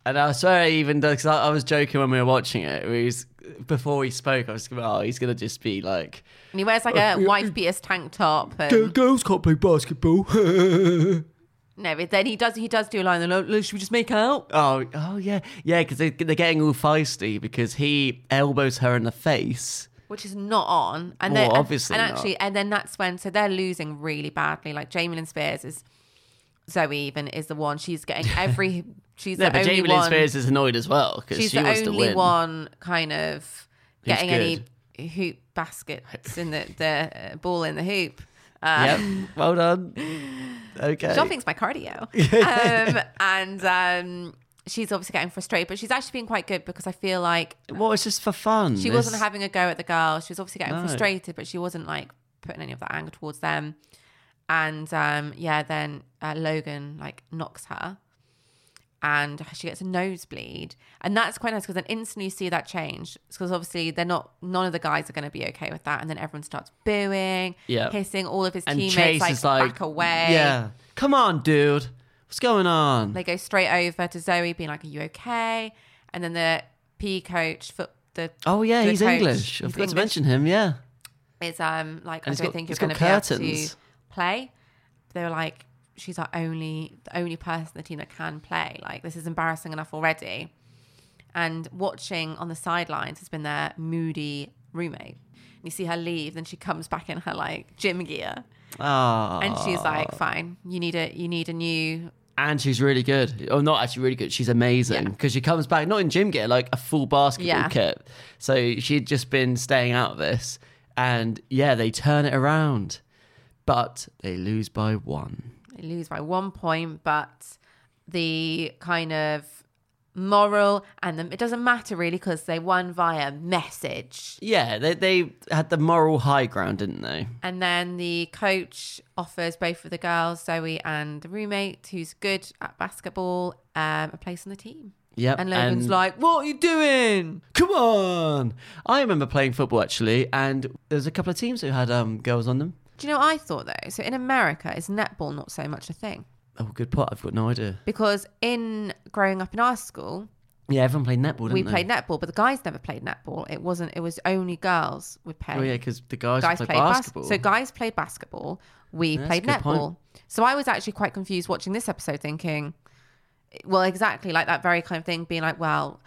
S1: And I swear, I even because I, I was joking when we were watching it. We was, before we spoke, I was like, "Oh, he's gonna just be like." um,
S2: And he wears like a wife beater's tank top. And,
S1: girls can't play basketball. oh,
S2: no, but then he does he does do a line. Like, "Look, should we just make out?
S1: oh yeah, yeah, because they, they're getting all feisty because he elbows her in the face.
S2: which is not on. And
S1: Well,
S2: then and-
S1: obviously
S2: and,
S1: not.
S2: actually, and then that's when so they're losing really badly. Like Jamie Lynn Spears is Zoe even is the one she's getting every she's
S1: Yeah, but
S2: the only
S1: Jamie Lynn
S2: one.
S1: Spears is annoyed as well because
S2: she's
S1: she
S2: the
S1: wants to
S2: only
S1: win.
S2: one kind of getting
S1: good.
S2: any hoop baskets in the the uh, ball in the hoop. Uh,
S1: Yep, well done. Okay.
S2: Shopping's my cardio. um, and um, she's obviously getting frustrated, but she's actually been quite good because I feel like
S1: Well, it's just for fun.
S2: She
S1: It's-
S2: wasn't having a go at the girl. She was obviously getting
S1: No.
S2: frustrated, but she wasn't like putting any of that anger towards them. And um, yeah, then uh, Logan like knocks her, and she gets a nosebleed, and that's quite nice because then instantly you see that change because obviously they're not none of the guys are going to be okay with that, and then everyone starts booing,
S1: Yeah.
S2: hissing, all of his
S1: And
S2: teammates
S1: Chase
S2: like,
S1: is like,
S2: back away,
S1: Yeah, come on, dude. What's going on?
S2: they go straight over to Zoe, being like, "Are you okay?" And then the P coach, foot, the
S1: oh yeah,
S2: the
S1: he's
S2: coach,
S1: English. I
S2: he's
S1: forgot to
S2: English.
S1: mention him. Yeah.
S2: is um like
S1: And it's
S2: I don't
S1: got-
S2: think you're
S1: it's
S2: going
S1: got
S2: to be able
S1: curtains.
S2: to play. They were like, she's our only the only person in the team that can play. Like this is embarrassing enough already. And watching on the sidelines has been their moody roommate. And you see her leave, then she comes back in her like gym gear,
S1: Ah.
S2: and she's like, "Fine, you need a you need a new
S1: And she's really good. Oh, not actually really good. She's amazing because she comes back not in gym gear, like a full basketball
S2: Yeah.
S1: kit. So she'd just been staying out of this, and yeah, they turn it around, but they lose by one.
S2: They lose by one point, but the kind of moral and the, it doesn't matter really because they won via message.
S1: Yeah, they they had the moral high ground, didn't they?
S2: And then the coach offers both of the girls, Zoe and the roommate, who's good at basketball, um, a place on the team.
S1: Yep.
S2: And Logan's like, What are you doing?
S1: "Come on!" I remember playing football actually, and there's a couple of teams who had um girls on them.
S2: Do you know what I thought though? So in America, is netball not so much a thing?
S1: Oh, good pot. I've got no idea.
S2: Because in growing up in our school,
S1: Yeah, everyone played netball, didn't
S2: we
S1: they?
S2: played netball, but the guys never played netball. It wasn't, it was only girls would play.
S1: Oh yeah, because the guys,
S2: guys
S1: played
S2: played bas-
S1: basketball.
S2: so guys played basketball. We
S1: That's a
S2: played
S1: good point.
S2: netball. So I was actually quite confused watching this episode, thinking, well, exactly like that very kind of thing, being like, well,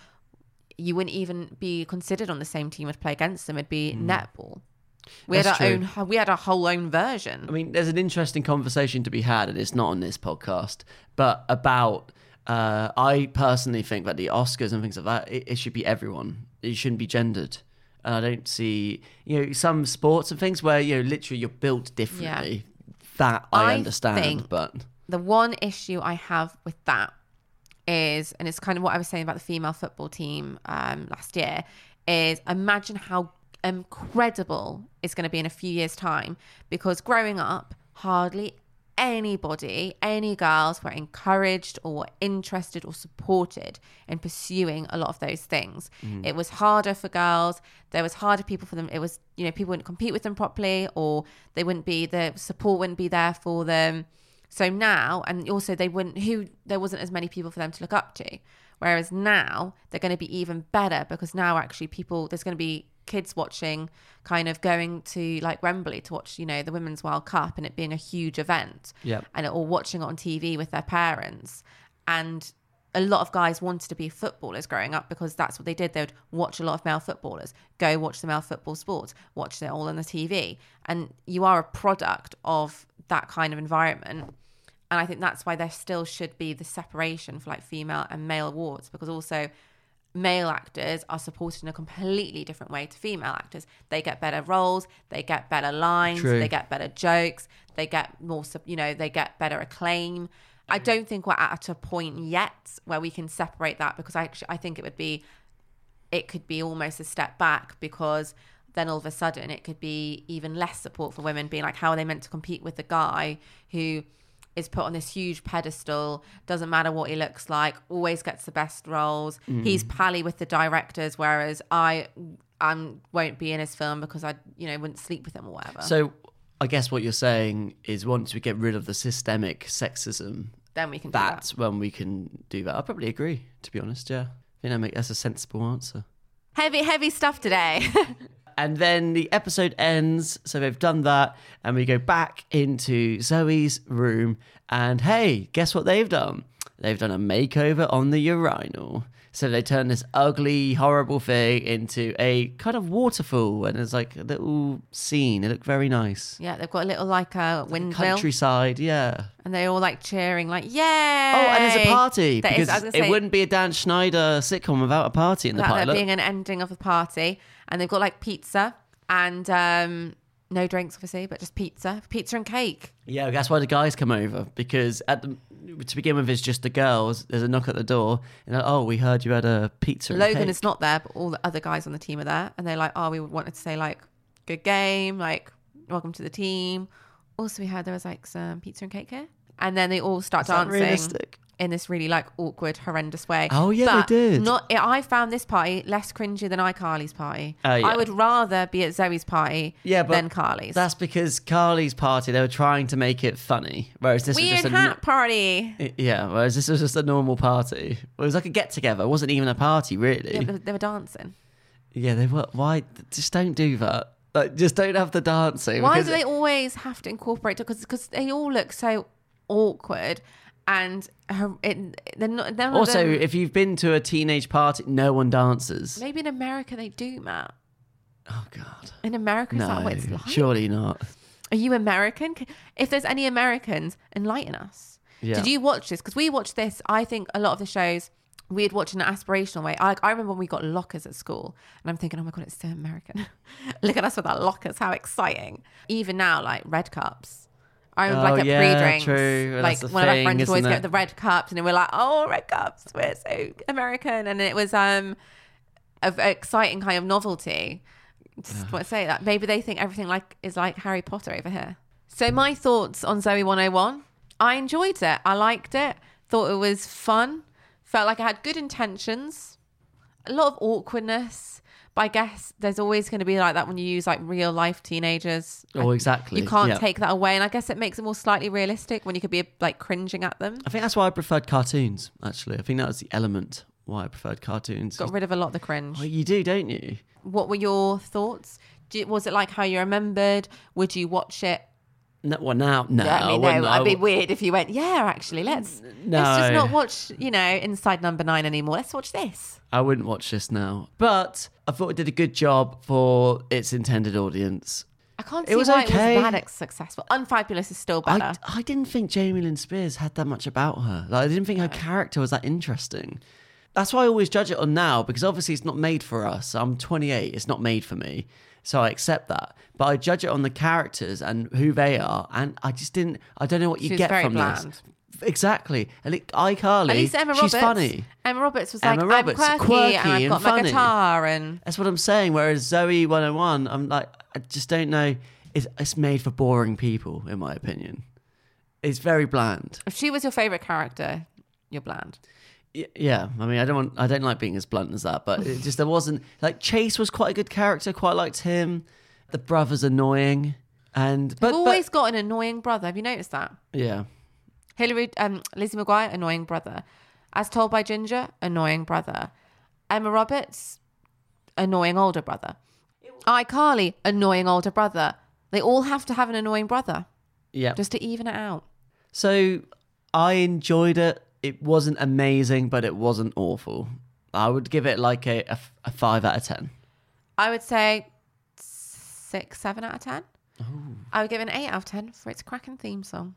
S2: you wouldn't even be considered on the same team would play against them. It'd be netball. We
S1: Mm. That's
S2: had our own. We had our whole own version.
S1: I mean, there's an interesting conversation to be had, and it's not on this podcast, but about uh, I personally think that the Oscars and things like that, it, it should be everyone. It shouldn't be gendered. And I don't see, you know, some sports and things where, you know, literally you're built differently. That I,
S2: I
S1: understand,
S2: think-
S1: but
S2: the one issue I have with that is, and it's kind of what I was saying about the female football team um, last year, is imagine how incredible it's going to be in a few years' time. Because growing up, hardly anybody, any girls were encouraged or were interested or supported in pursuing a lot of those things. It was harder for girls. There was harder people for them. It was, you know, people wouldn't compete with them properly or they wouldn't be, the support wouldn't be there for them. So now, and also they wouldn't, who, there wasn't as many people for them to look up to. Whereas now they're going to be even better because now actually people, there's going to be kids watching, kind of going to like Wembley to watch, you know, the Women's World Cup and it being a huge event
S1: Yep.
S2: and or watching it on TV with their parents. And a lot of guys wanted to be footballers growing up because that's what they did. They would watch a lot of male footballers, go watch the male football sports, watch it all on the TV. And you are a product of that kind of environment. And I think that's why there still should be the separation for like female and male awards because also male actors are supported in a completely different way to female actors. They get better roles, they get better lines,
S1: True.
S2: they get better jokes, they get more, sup- you know, they get better acclaim. I don't think we're at a point yet where we can separate that because I actually I think it would be it could be almost a step back because then all of a sudden it could be even less support for women being like how are they meant to compete with the guy who is put on this huge pedestal doesn't matter what he looks like always gets the best roles he's pally with the directors whereas i i won't be in his film because i you know wouldn't sleep with him or whatever
S1: So I guess what you're saying is once we get rid of the systemic sexism,
S2: then we can do that
S1: that's when we can do that. I probably agree, to be honest. Yeah, I think that make, that's a sensible answer.
S2: heavy heavy stuff today
S1: And then the episode ends, so they've done that, and we go back into Zoe's room. And hey, guess what they've done? They've done a makeover on the urinal. So they turn this ugly, horrible thing into a kind of waterfall, and it's like a little scene. It looked very nice.
S2: yeah they've got a little like a windmill
S1: Countryside, yeah.
S2: and they're all like cheering like yay
S1: Oh, and it's a party
S2: That is-
S1: because
S2: I was gonna
S1: it
S2: say-
S1: wouldn't be a Dan Schneider sitcom without a party in the
S2: Without
S1: pilot.
S2: there being an ending of the party. And they've got like pizza and um, no drinks, obviously, but just pizza, pizza and cake.
S1: Yeah, that's why the guys come over because at the to begin with, it's just the girls. There's a knock at the door, and they're, oh, we heard you had a pizza. and
S2: Logan
S1: cake."
S2: is not there, but all the other guys on the team are there. And they're like, oh, we wanted to say, like, good game, like, welcome to the team. Also, we heard there was like some pizza and cake here. And then they all start
S1: that
S2: dancing
S1: realistic?
S2: in this really like awkward, horrendous way.
S1: Oh, yeah, they
S2: But
S1: did.
S2: Not, I found this party less cringy than iCarly's party.
S1: Oh, yeah.
S2: I would rather be at Zoe's party
S1: Yeah, but
S2: than Carly's.
S1: That's because Carly's party. They were trying to make it funny, whereas this was
S2: Weird
S1: just a
S2: hat party.
S1: no- yeah, whereas this was just a normal party. It was like a get together. It wasn't even a party, really.
S2: Yeah,
S1: Yeah,
S2: but they- they were dancing.
S1: they were. Why? Just don't do that. Like, just don't have the dancing.
S2: Why
S1: because
S2: do they always have to incorporate it? Because they all look so awkward and her- it, they're not. They're
S1: Also, if you've been to a teenage party, no one dances.
S2: maybe in America they do, Matt.
S1: Oh God.
S2: In America, is that
S1: No,
S2: what it's like?
S1: surely not.
S2: Are you American? C- If there's any Americans, enlighten us.
S1: Yeah.
S2: Did you watch this? Because we watched this. I think a lot of the shows we'd watch in an aspirational way. I, I remember when we got lockers at school, and I'm thinking, oh my god, it's so American. Look at us with our lockers. How exciting! Even now, like red cups. I remember
S1: Oh,
S2: like at
S1: yeah,
S2: pre-drinks,
S1: true. Well,
S2: like
S1: that's the
S2: one of our
S1: thing,
S2: friends would always
S1: isn't
S2: get
S1: it?
S2: the red cups, and then we're like, "Oh, red cups, we're so American," and it was um, of exciting kind of novelty. Just want to say that maybe they think everything like is like Harry Potter over here. So my thoughts on Zoe 101. I enjoyed it. I liked it. Thought it was fun. Felt like I had good intentions. A lot of awkwardness, but I guess there's always going to be like that when you use like real life teenagers.
S1: Oh, exactly.
S2: You can't
S1: Yeah.
S2: take that away, and I guess it makes it more slightly realistic when you could be uh, like cringing at them.
S1: I think that's why I preferred cartoons. Actually, I think that was the element why I preferred cartoons.
S2: Got rid of a lot of the cringe.
S1: Well, you do, don't you?
S2: What were your thoughts? Do, was it like how you remembered? Would you watch it
S1: No, Uh, well, now, no,
S2: Let
S1: I
S2: me know.
S1: wouldn't- I
S2: I'd be
S1: w-
S2: weird if you went, yeah, actually, let's let's just
S1: no.
S2: not watch, you know, Inside Number Nine anymore. Let's watch this.
S1: I wouldn't watch this now. But I thought it did a good job for its intended audience.
S2: I can't
S1: It
S2: see
S1: was
S2: why it
S1: okay.
S2: was that successful. Unfabulous is still better.
S1: I, I didn't think Jamie Lynn Spears had that much about her. Like, I didn't think her character was that interesting. That's why I always judge it on now because obviously it's not made for us. I'm 28, it's not made for me. So I accept that. But I judge it on the characters and who they are. And I just didn't, I don't know what you
S2: She was
S1: get
S2: very
S1: from
S2: bland.
S1: this. Exactly. At least iCarly,
S2: At least Emma Roberts.
S1: she's funny.
S2: Emma Roberts was
S1: Emma
S2: like,
S1: Roberts,
S2: I'm quirky,
S1: quirky
S2: and I've
S1: and
S2: got my
S1: funny."
S2: guitar and
S1: That's what I'm saying. Whereas Zoe 101, I'm like, I just don't know. It's, it's made for boring people, in my opinion. It's very bland.
S2: If she was your favorite character, you're bland.
S1: Y- yeah, I mean, I don't want, I don't like being as blunt as that, but it just there wasn't like Chase was quite a good character. Quite liked him. The brother's annoying, and but,
S2: I've
S1: but-
S2: always got an annoying brother. Have you noticed that?
S1: yeah,
S2: Hillary, um, Lizzie McGuire, annoying brother. As told by Ginger, annoying brother. Emma Roberts, annoying older brother. iCarly, annoying older brother. They all have to have an annoying brother
S1: yeah.
S2: just to even it out.
S1: So I enjoyed it. It wasn't amazing, but it wasn't awful. I would give it like a, a f- a five out of ten.
S2: I would say six, seven out of ten.
S1: Oh.
S2: I would give it an eight out of ten for its cracking theme song.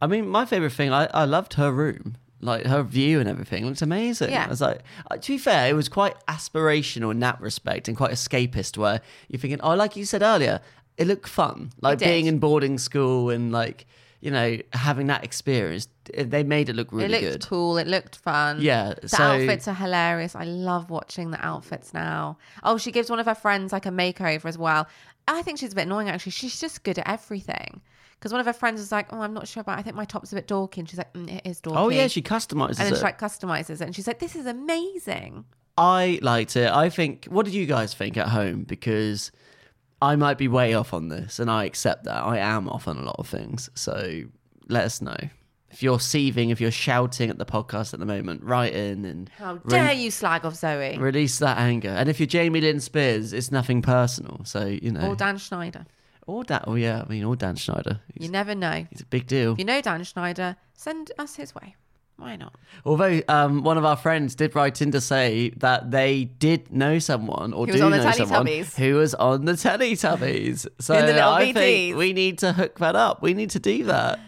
S1: I mean, my favorite thing, I, I loved her room, like her view and everything. It looked amazing.
S2: Yeah.
S1: I was like, uh, to be fair, it was quite aspirational in that respect and quite escapist, where you're thinking, oh, like you said earlier, it looked fun. Like
S2: did.
S1: being in boarding school and like, you know, having that experience, it- they made it look really
S2: it
S1: good.
S2: looked cool. It looked fun.
S1: Yeah,
S2: The
S1: so-
S2: outfits are hilarious. I love watching the outfits now. Oh, she gives one of her friends like a makeover as well. I think she's a bit annoying actually. She's just good at everything. Because one of her friends was like, "Oh, I'm not sure about. I think my top's a bit dorky," and she's like, mm, "It is dorky."
S1: Oh, yeah, she customizes
S2: and then
S1: it.
S2: she like customizes it, and she's like, "This is amazing."
S1: I liked it. I think. What did you guys think at home? Because I might be way off on this, and I accept that I am off on a lot of things. So let us know if you're seething, if you're shouting at the podcast at the moment. Write in and
S2: How
S1: re-
S2: dare you slag off Zoe
S1: release that anger. And if you're Jamie Lynn Spears, it's nothing personal. So you know,
S2: or Dan Schneider?
S1: or Dan. Oh yeah, I mean, or Dan Schneider. He's,
S2: You never know.
S1: he's a big deal.
S2: If you know Dan Schneider, send us his way. Why not?
S1: Although um, one of our friends did write in to say that they did know someone or do
S2: Who was on the
S1: know someone
S2: Teletubbies.
S1: who was on the Teletubbies. So
S2: In the little
S1: I
S2: VTs.
S1: think we need to hook that up. We need to do that.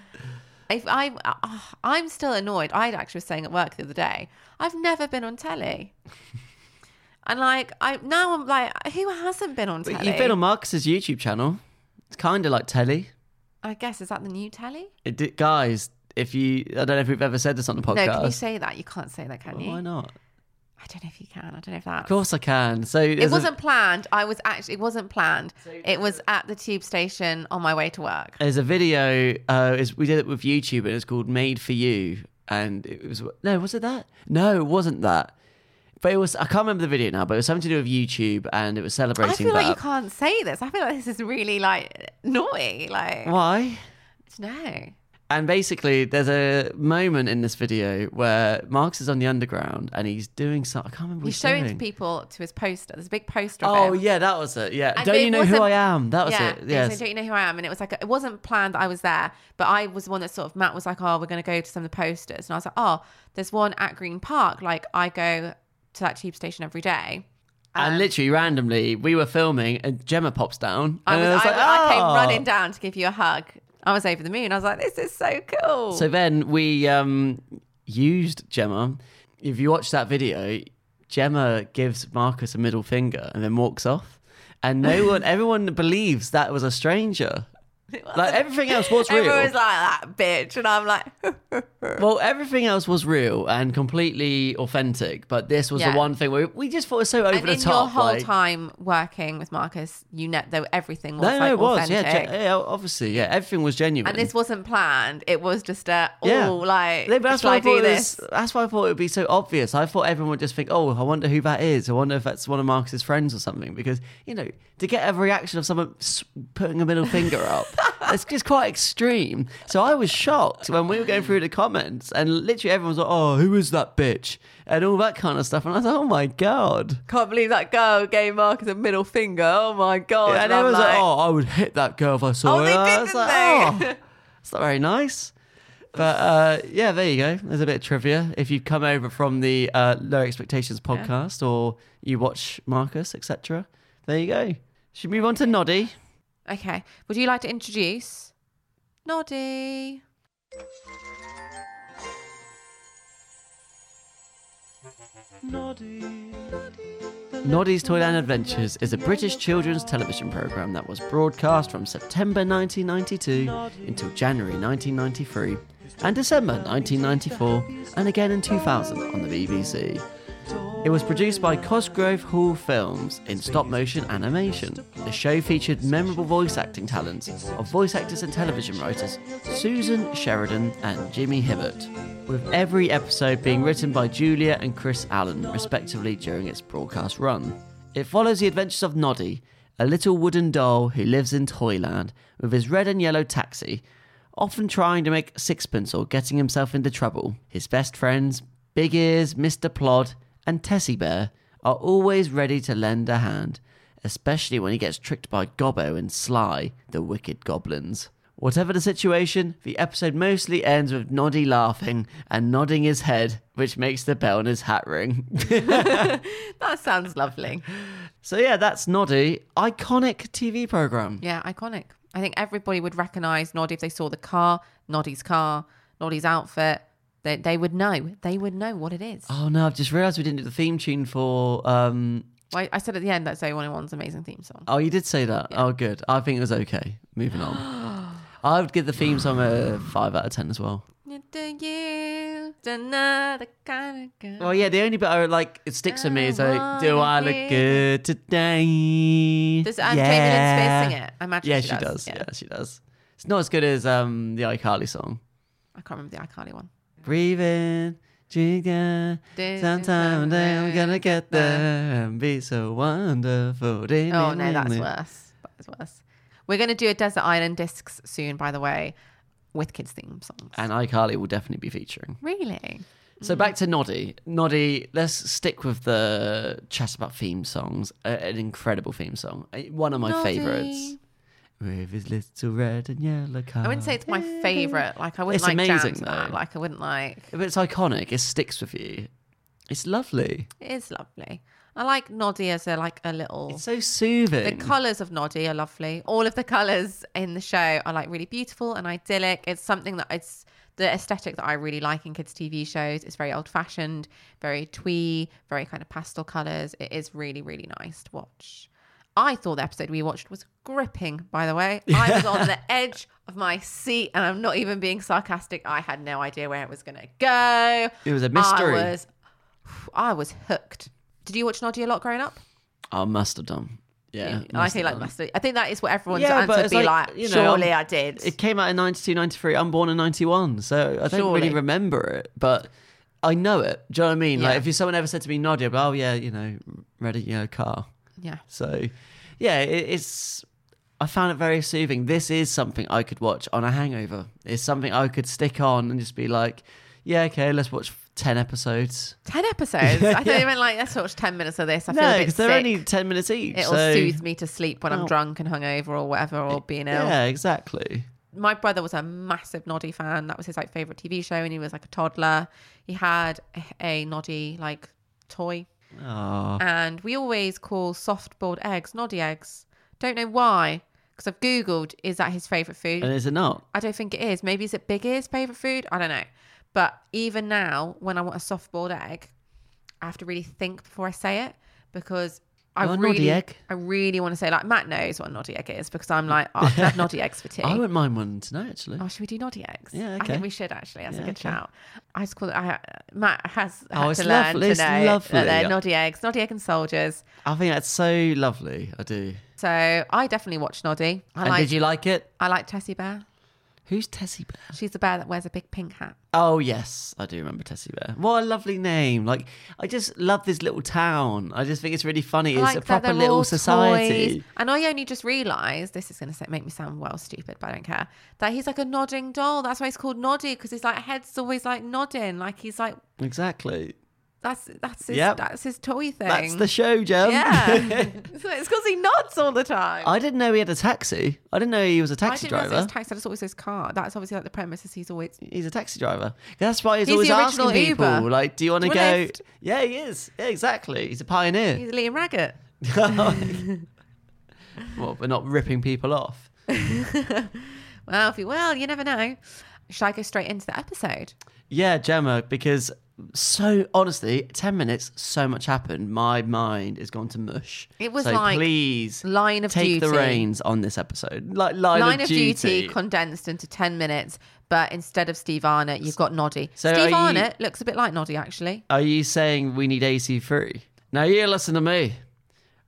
S2: If I, uh, I'm still annoyed. I actually was saying at work the other day, I've never been on telly, and like I now I'm like, who hasn't been on telly?
S1: You've been on Marcus's YouTube channel. It's kind of like telly.
S2: I guess is that the new telly?
S1: It did, guys, if you, I don't know if we've ever said this on the podcast.
S2: No, can you say that? You can't say that, can you?
S1: Oh, Why not?
S2: I don't know if you can. I don't know if that.
S1: Of course I can. So
S2: It wasn't planned. I was actually. It wasn't planned. It was at the tube station on my way to work.
S1: There's a video. Uh, is we did it with YouTube, and it's called "Made for You." And it was no, was it that? No, it wasn't that. But it was. I can't remember the video now. But it was something to do with YouTube, and it was
S2: I
S1: celebrating
S2: feel like
S1: that.
S2: you can't say this. I feel like this is really like naughty. Like
S1: Why?
S2: no.
S1: And basically, there's a moment in this video where Marx is on the underground, and he's doing something. I can't remember. What he's,
S2: He's showing to
S1: doing.
S2: people to his poster. There's a big poster. of
S1: Oh
S2: him.
S1: yeah, that was it. Yeah.
S2: And
S1: Don't
S2: it
S1: you know who
S2: wasn't-
S1: I am? That was
S2: yeah,
S1: it.
S2: and he was
S1: Yes.
S2: like, Don't you know who I am? And it was like it wasn't planned that I was there, but I was the one that sort of Matt was like, oh, we're going to go to some of the posters, and I was like, oh, there's one at Green Park. Like I go to that tube station every day. Um,
S1: and literally randomly, we were filming, and Gemma pops down.
S2: I was,
S1: and
S2: I,
S1: like,
S2: I came
S1: "Oh."
S2: running down to give you a hug. I was over the moon. I was like, this is so cool.
S1: So then we um, used Gemma. If you watch that video, Gemma gives Marcus a middle finger and then walks off. And no one, everyone believes that was a stranger. Like everything else was real.
S2: Everyone was like that bitch, and I'm like,
S1: well, everything else was real and completely authentic. But this was
S2: Yeah.
S1: the one thing where we just thought it was so over
S2: and
S1: the
S2: in
S1: top.
S2: your whole
S1: like-
S2: time working with Marcus, you know, though everything was
S1: no,
S2: like
S1: no, it was.
S2: authentic.
S1: Yeah, ge- uh, yeah, obviously. Yeah, everything was genuine.
S2: and this wasn't planned. It was just a oh,
S1: Yeah.
S2: like
S1: No, but that's
S2: shall
S1: why
S2: I
S1: I thought
S2: do
S1: it was-
S2: this?
S1: that's why I thought it would be so obvious. I thought everyone would just think, "Oh, I wonder who that is. I wonder if that's one of Marcus's friends or something." Because you know, to get a reaction of someone s- putting a middle finger up, it's just quite extreme. So I was shocked when we were going through the comments, and literally everyone was like, "Oh, who is that bitch?" and all that kind of stuff. And I was like, "Oh my god!"
S2: Can't believe that girl gave Marcus a middle finger. Oh my god!
S1: and
S2: I'm
S1: everyone was like,
S2: like,
S1: "Oh, I would hit that girl if I saw
S2: Oh,
S1: her."
S2: they
S1: I
S2: did,
S1: was
S2: didn't
S1: like,
S2: they?
S1: "Oh, it's not very nice. But uh, yeah, there you go. There's a bit of trivia. If you've come over from the uh, Low Expectations podcast or you watch Marcus, etc., there you go. Should we move on to Noddy?
S2: Okay. Would you like to introduce Noddy?
S1: Noddy's Toyland Adventures is a British children's television programme that was broadcast from September 1992 until January 1993 and December 1994, and again in 2000 on the BBC. It was produced by Cosgrove Hall Films in stop motion animation. The show featured memorable voice acting talents of voice actors and television writers Susan Sheridan and Jimmy Hibbert, with every episode being written by Julia and Chris Allen, respectively, during its broadcast run. It follows the adventures of Noddy, a little wooden doll who lives in Toyland with his red and yellow taxi, often trying to make sixpence or getting himself into trouble. His best friends, Big Ears, Mr. Plod, and Tessie Bear, are always ready to lend a hand, especially when he gets tricked by Gobbo and Sly, the wicked goblins. Whatever the situation, the episode mostly ends with Noddy laughing and nodding his head, which makes the bell in his hat ring.
S2: That sounds lovely.
S1: so, yeah, that's Noddy. Iconic TV programme.
S2: Yeah, iconic. I think everybody would recognize Noddy if they saw the car, Noddy's car, Noddy's outfit. They, they would know. They would know what it is.
S1: Oh no, I've just realised we didn't do the theme tune for. um
S2: I, I said at the end that's A101's amazing theme song.
S1: Oh, you did say that. Oh, good. I think it was okay. Moving on. I would give the theme song a five out of ten as well.
S2: Do you, another kind of girl.
S1: Well, yeah. The only bit I like it sticks with me is like, "Do I look
S2: Oh, Yeah.
S1: good today?"
S2: Does um, Jamie Lynn Spears sing it? I imagine
S1: Yeah,
S2: she,
S1: she does. Yeah. she does. It's not as good as um the iCarly song.
S2: I can't remember the iCarly one.
S1: Breathing, jigger. Sometime then I'm gonna get there and be so wonderful.
S2: Oh no, that's worse. That is worse. We're going to do a Desert Island Discs soon, by the way, with kids' theme songs.
S1: And iCarly will definitely be featuring.
S2: really? Mm.
S1: So back to Noddy. Noddy, let's stick with the chat about theme songs. A- an incredible theme song. Uh, One of my
S2: Noddy.
S1: favourites. With his little red and yellow car.
S2: I wouldn't say it's my favorite. Like I wouldn't
S1: It's
S2: like
S1: amazing,
S2: jam to that.
S1: though.
S2: Like I wouldn't like.
S1: But it's iconic. It sticks with you. It's lovely.
S2: It is lovely. I like Noddy as a like a little.
S1: It's so
S2: the
S1: soothing.
S2: colors of Noddy are lovely. All of the colors in the show are like really beautiful and idyllic. It's something that it's the aesthetic that I really like in kids' TV shows. It's very old fashioned, very twee, very kind of pastel colors. It is really, really nice to watch. I thought the episode we watched was gripping, by the way. I was on the edge of my seat and I'm not even being sarcastic. I had no idea where it was going to go.
S1: It was a mystery.
S2: I was, I was hooked. Did you watch Noddy a lot growing up?
S1: I must have done. Yeah.
S2: Yeah, I feel like mustard. I think that is what everyone's
S1: Yeah, but
S2: answer would
S1: it's
S2: be
S1: like,
S2: like.
S1: you know,
S2: Surely
S1: I'm-
S2: I did.
S1: It came out in 92, 93. I'm born in 91, so I don't
S2: Surely.
S1: really remember it, but I know it. Do you know what I mean? Like,
S2: Yeah.
S1: if you- someone ever said to me, Nadia, but, oh, yeah, you know, red and yellow car.
S2: yeah,
S1: So, yeah, it, it's. I found it very soothing. This is something I could watch on a hangover. It's something I could stick on and just be like, yeah, okay, let's watch 10 episodes.
S2: ten episodes. I thought you meant like let's watch ten minutes of this. I feel
S1: no,
S2: a bit
S1: because
S2: sick.
S1: they're only 10 minutes each.
S2: It'll
S1: so-
S2: soothe me to sleep when
S1: Oh.
S2: I'm drunk and hungover or whatever or being ill.
S1: Yeah, exactly.
S2: my brother was a massive Noddy fan. That was his like favorite TV show, and he was like a toddler. He had a Noddy like toy,
S1: Oh,
S2: and we always call soft boiled eggs Noddy eggs. Don't know why, because I've googled is that his favorite food?
S1: and is it not?
S2: I don't think it is. Maybe is it Big Ear's favourite food? I don't know. But even now, when I want a soft boiled egg, I have to really think before I say it because I
S1: You want
S2: really,
S1: noddy egg?
S2: I really want to say like Matt knows what a noddy egg is because I'm like, oh, I can have noddy eggs for tea.
S1: I wouldn't mind one tonight, actually.
S2: Oh, should we do noddy eggs?
S1: Yeah,
S2: I
S1: okay.
S2: think we should actually. That's
S1: Yeah,
S2: a good
S1: okay.
S2: shout. I just call it. I, Matt has
S1: Oh,
S2: had
S1: it's
S2: to learn
S1: lovely,
S2: to
S1: it's
S2: know
S1: lovely.
S2: that they're noddy eggs, noddy egg and soldiers.
S1: I think that's so lovely. I do.
S2: So I definitely watch noddy. I
S1: and
S2: like.
S1: did you like it?
S2: I like Tessie Bear.
S1: Who's Tessie Bear?
S2: She's the bear that wears a big pink hat.
S1: Oh yes, I do remember Tessie Bear. What a lovely name! Like I just love this little town. I just think it's really funny. It's
S2: like
S1: a
S2: that
S1: proper
S2: they're all
S1: little society.
S2: toys. And I only just realised this is going to make me sound well stupid, but I don't care. That he's like a nodding doll. That's why he's called Noddy because his like head's always like nodding, like he's like
S1: Exactly.
S2: that's that's his
S1: Yep.
S2: that's his toy thing.
S1: That's the show, Jem.
S2: yeah. so it's because he nods all the time.
S1: I didn't know he had a taxi. I didn't know he was a
S2: I
S1: taxi
S2: didn't realise it
S1: driver.
S2: was taxi. I just thought it was his car. That's obviously like the premise is he's always
S1: He's a taxi driver. That's why he's,
S2: He's
S1: always
S2: the
S1: asking
S2: original
S1: people,
S2: Uber.
S1: like, "Do you want to
S2: Do
S1: go?"
S2: you want a lift?
S1: Yeah, he is. Yeah, exactly. He's a pioneer.
S2: he's Liam Raggett.
S1: well, but not ripping people off.
S2: Well, if you well, you never know. Should I go straight into the episode?
S1: Yeah, Gemma, because so honestly, ten minutes, so much happened. My mind is gone to mush.
S2: It was
S1: so
S2: like
S1: please
S2: Line of
S1: take
S2: duty.
S1: the reins on this episode. Like line,
S2: Line of duty. condensed into 10 minutes, but instead of Steve Arnott, you've got Noddy.
S1: So
S2: Steve
S1: are you-
S2: Arnott looks a bit like Noddy, actually.
S1: Are you saying we need AC3? Now you listen to me.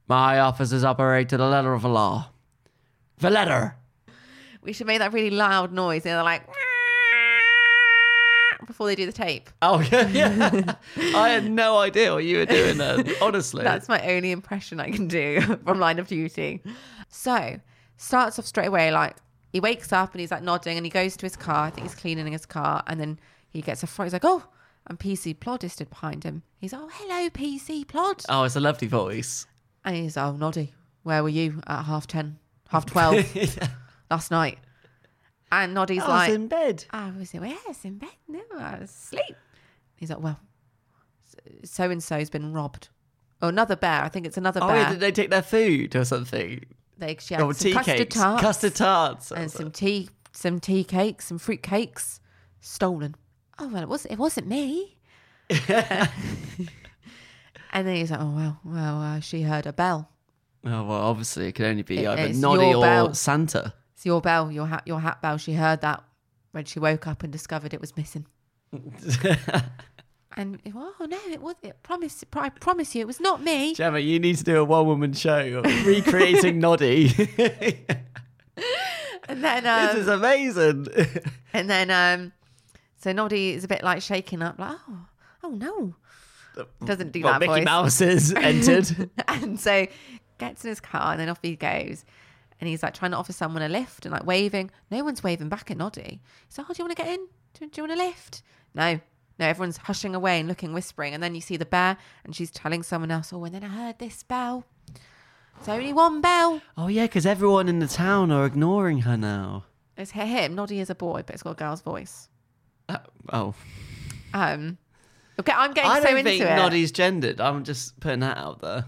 S1: My officers operate to the letter of the law. The letter.
S2: We should make that really loud noise. You know, they're like, before they do the tape.
S1: Oh yeah, yeah. I had no idea what you were doing then. Honestly,
S2: That's my only impression I can do from Line of Duty. So, starts off straight away like he wakes up and he's like nodding and he goes to his car. I think he's cleaning his car and then he gets a fright. He's like, oh, and PC Plod is stood behind him. He's like, oh, hello, PC Plod.
S1: oh, it's a lovely voice.
S2: And he's like, oh, Noddy, where were you at half 10, half 12 last night? And Noddy's
S1: I
S2: like,
S1: was Oh, in bed.
S2: I was yes, in bed. No, I was asleep. He's like, well, so and so's been robbed. Oh, another bear. I think it's another
S1: Oh,
S2: bear.
S1: yeah, did they take their food or something?
S2: They she had
S1: Or
S2: some
S1: tea
S2: custard
S1: cakes,
S2: tarts
S1: custard tarts,
S2: and some tea, some tea cakes, some fruit cakes, stolen. Oh well, it was it wasn't me. and then he's like, oh well, well uh, she heard a bell.
S1: Oh well, obviously it could only be
S2: It-
S1: either
S2: it's
S1: Noddy
S2: your
S1: or
S2: bell.
S1: Santa.
S2: It's your bell, your hat, your hat bell. She heard that when she woke up and discovered it was missing. And oh no, it was. It promise, I promise you, it was not me.
S1: Gemma, you need to do a one-woman show of recreating Noddy.
S2: And then, um,
S1: this is amazing.
S2: and then, um, so Noddy is a bit like shaking up, like oh, oh no, doesn't do
S1: well,
S2: that
S1: Mickey
S2: voice.
S1: Mouse has entered.
S2: and so gets in his car and then off he goes. And he's like trying to offer someone a lift and like waving. No one's waving back at Noddy. He's like, oh, do you want to get in? Do, do you want a lift? No. No, everyone's hushing away and looking, whispering. And then you see the bear and she's telling someone else, oh, and then I heard this bell. It's only one bell.
S1: oh yeah, because everyone in the town are ignoring her now.
S2: Let's hear him. Noddy is a boy, but it's got a girl's voice.
S1: Uh, oh,
S2: Um, okay, I'm getting
S1: I
S2: so
S1: don't
S2: into
S1: think
S2: it.
S1: Noddy's gendered. I'm just putting that out there.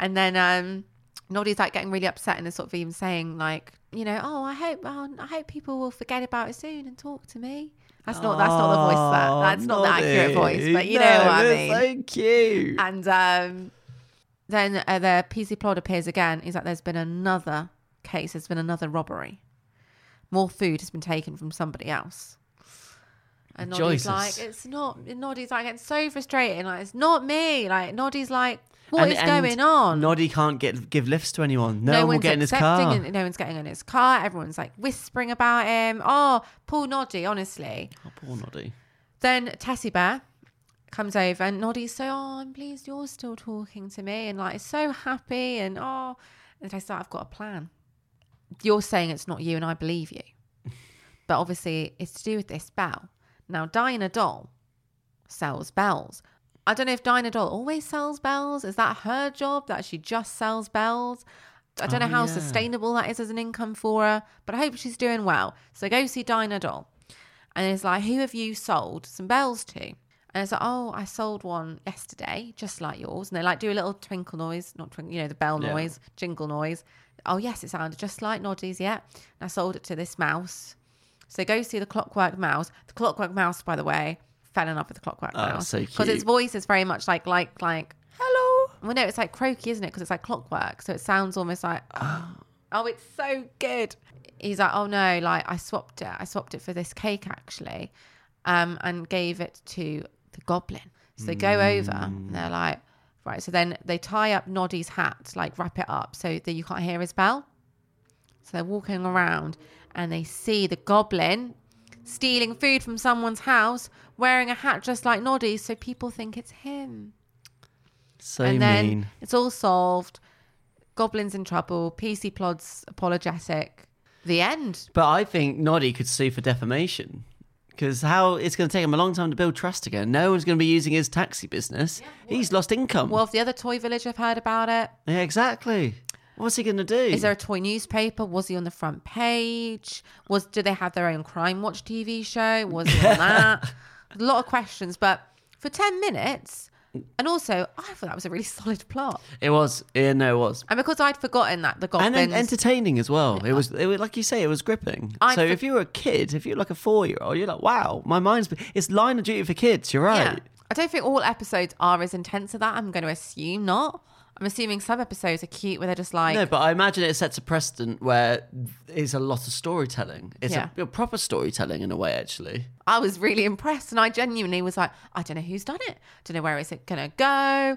S2: And then um, Noddy's like getting really upset and is sort of even saying like, you know, oh, I hope, oh, I hope people will forget about it soon and talk to me. That's not, that's not the voice that,
S1: Oh,
S2: that's not the accurate voice,
S1: Noddy.
S2: but you
S1: No,
S2: know what I
S1: they're
S2: mean.
S1: So cute.
S2: And um, then uh, the PC plot appears again. He's like, there's been another case. There's been another robbery. More food has been taken from somebody else. And Noddy's
S1: Joyce's.
S2: like, it's not. and Noddy's like, it's so frustrating. Like, it's not me. Like, Noddy's like, what
S1: And-
S2: is
S1: and
S2: going on?
S1: Noddy can't get give lifts to anyone. No, one will get in his
S2: accepting
S1: car.
S2: and no one's getting in his car. Everyone's like whispering about him. Oh, poor Noddy, honestly.
S1: Oh, poor Noddy.
S2: Then Tassie Bear comes over and Noddy's so, oh, I'm pleased you're still talking to me and like so happy and oh. And I start, I've got a plan. You're saying it's not you and I believe you. But obviously it's to do with this bell. Now Dinah Doll sells bells. I don't know if Dinah Doll always sells bells. Is that her job that she just sells bells? I don't
S1: Oh,
S2: know how
S1: yeah.
S2: sustainable that is as an income for her, but I hope she's doing well. So go see Dinah Doll and it's like, who have you sold some bells to? And it's like, oh, I sold one yesterday, just like yours. And they like do a little twinkle noise, not twinkle, you know, the bell
S1: Yeah.
S2: noise, jingle noise. Oh yes, it sounded just like Noddy's, yeah. And I sold it to this mouse. So go see the Clockwork Mouse. The Clockwork Mouse, by the way, fell in love with the Clockwork
S1: Oh,
S2: Mouse
S1: so
S2: because its
S1: cute.
S2: voice is very much like like like hello. Well, no, it's like croaky, isn't it? Because it's like clockwork, so it sounds almost like
S1: Ah.
S2: Oh, it's so good. He's like, oh no, like I swapped it. I swapped it for this cake actually, um, and gave it to the goblin. So they go over. And
S1: Hmm.
S2: they're like, right. So then they tie up Noddy's hat, like wrap it up, so that you can't hear his bell. So they're walking around, and they see the goblin stealing food from someone's house, wearing a hat just like Noddy, so people think it's him
S1: So
S2: and then
S1: mean.
S2: it's all solved. Goblin's in trouble. PC Plod's apologetic. The end.
S1: But I think Noddy could sue for defamation. Because how it's going to take him a long time to build trust again. No one's going to be using his taxi business. He's lost income.
S2: Well, if the other toy village have heard about it,
S1: yeah, exactly. What's he going to do?
S2: is there a toy newspaper? Was he on the front page? Was do they have their own Crime Watch TV show? Was he on that? a lot of questions, but for ten minutes. And also, I thought that was a really solid plot.
S1: it was. Yeah, no, it was.
S2: And because I'd forgotten that the
S1: And en-
S2: goblins,
S1: entertaining as well. It was, it was like you say, it was gripping.
S2: I
S1: so
S2: for-
S1: if you were a kid, if you were like a four year old, you're like, wow, my mind's. It's line of duty for kids. You're right.
S2: Yeah. I don't think all episodes are as intense as that. I'm going to assume not. I'm assuming some episodes are cute where they're just like,
S1: No, but I imagine it sets a precedent where there's a lot of storytelling. It's
S2: Yeah.
S1: a, a proper storytelling in a way, actually.
S2: I was really impressed. And I genuinely was like, I don't know who's done it. don't know where is it going to go.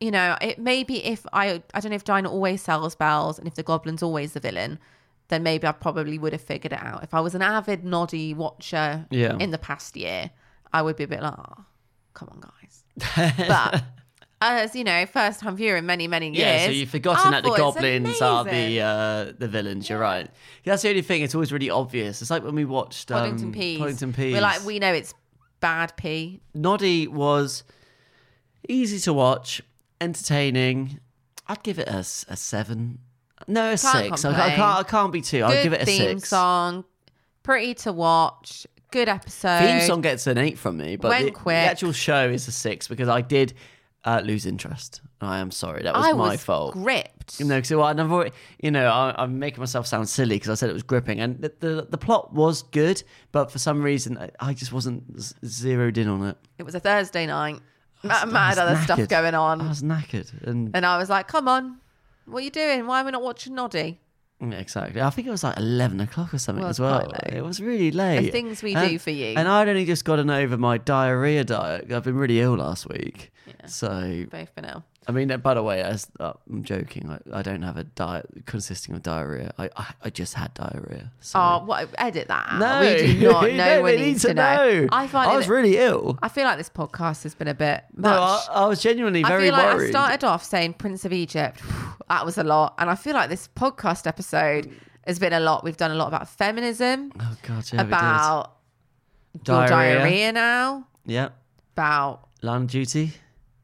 S2: You know, it maybe if I, I don't know if Dinah always sells bells and if the goblin's always the villain, then maybe I probably would have figured it out. If I was an avid noddy watcher
S1: Yeah.
S2: in the past year, I would be a bit like, oh, come on, guys. But as you know, first time viewer in many, many years.
S1: Yeah, so you've forgotten
S2: I
S1: that the
S2: thought it's
S1: goblins are
S2: amazing.
S1: the uh, the villains. You're right. That's the only thing. It's always really obvious. It's like when we watched um,
S2: Poddington Peas.
S1: Paddington Peas.
S2: We're like, we know it's bad pea.
S1: Noddy was easy to watch, entertaining. I'd give it a, s- a seven. No, a six. I, I
S2: complain.
S1: can't. I can't be two. I'll
S2: good
S1: give it a
S2: theme
S1: six.
S2: song, pretty to watch, good episode.
S1: Theme song gets an eight from me, but
S2: Went
S1: the, the
S2: quick.
S1: actual show is a six because I did uh, lose interest. I am sorry. That was
S2: I
S1: my
S2: was
S1: fault.
S2: gripped.
S1: No, because well, I've already, you know, I, I'm making myself sound silly because I said it was gripping, and the, the the plot was good, but for some reason I, I just wasn't z- zeroed in on it.
S2: It was a Thursday night.
S1: I
S2: Mad,
S1: Oh, was
S2: mad other
S1: knackered. Ah.
S2: stuff going
S1: I
S2: on,
S1: was knackered, and
S2: and I was like, "Come on, what are you doing? Why are we not watching Noddy?"
S1: yeah, exactly, I think it was like eleven o'clock or something
S2: Well,
S1: as
S2: it's
S1: well.
S2: quite late.
S1: It was really late.
S2: The things we
S1: And-
S2: do for you.
S1: And I'd only just gotten over my diarrhea diet. I've been really ill last week, so
S2: Both for now.
S1: I mean, by the way, as, uh, I'm joking. I, I don't have a diet consisting of diarrhea. I I, I just had diarrhea. So.
S2: Oh, what? Edit that. Out.
S1: No,
S2: we do not
S1: we
S2: know.
S1: don't.
S2: We
S1: They
S2: need, to know. I find
S1: I
S2: it-
S1: was really ill.
S2: I feel like this podcast has been a bit
S1: No,
S2: much.
S1: I, I was genuinely
S2: I
S1: very
S2: feel like
S1: worried.
S2: I started off saying Prince of Egypt. that was a lot. And I feel like this podcast episode has been a lot. We've done a lot about feminism,
S1: oh god, yeah, about
S2: about
S1: we did.
S2: your
S1: diarrhea.
S2: diarrhea now,
S1: Yep.
S2: about
S1: Land of duty.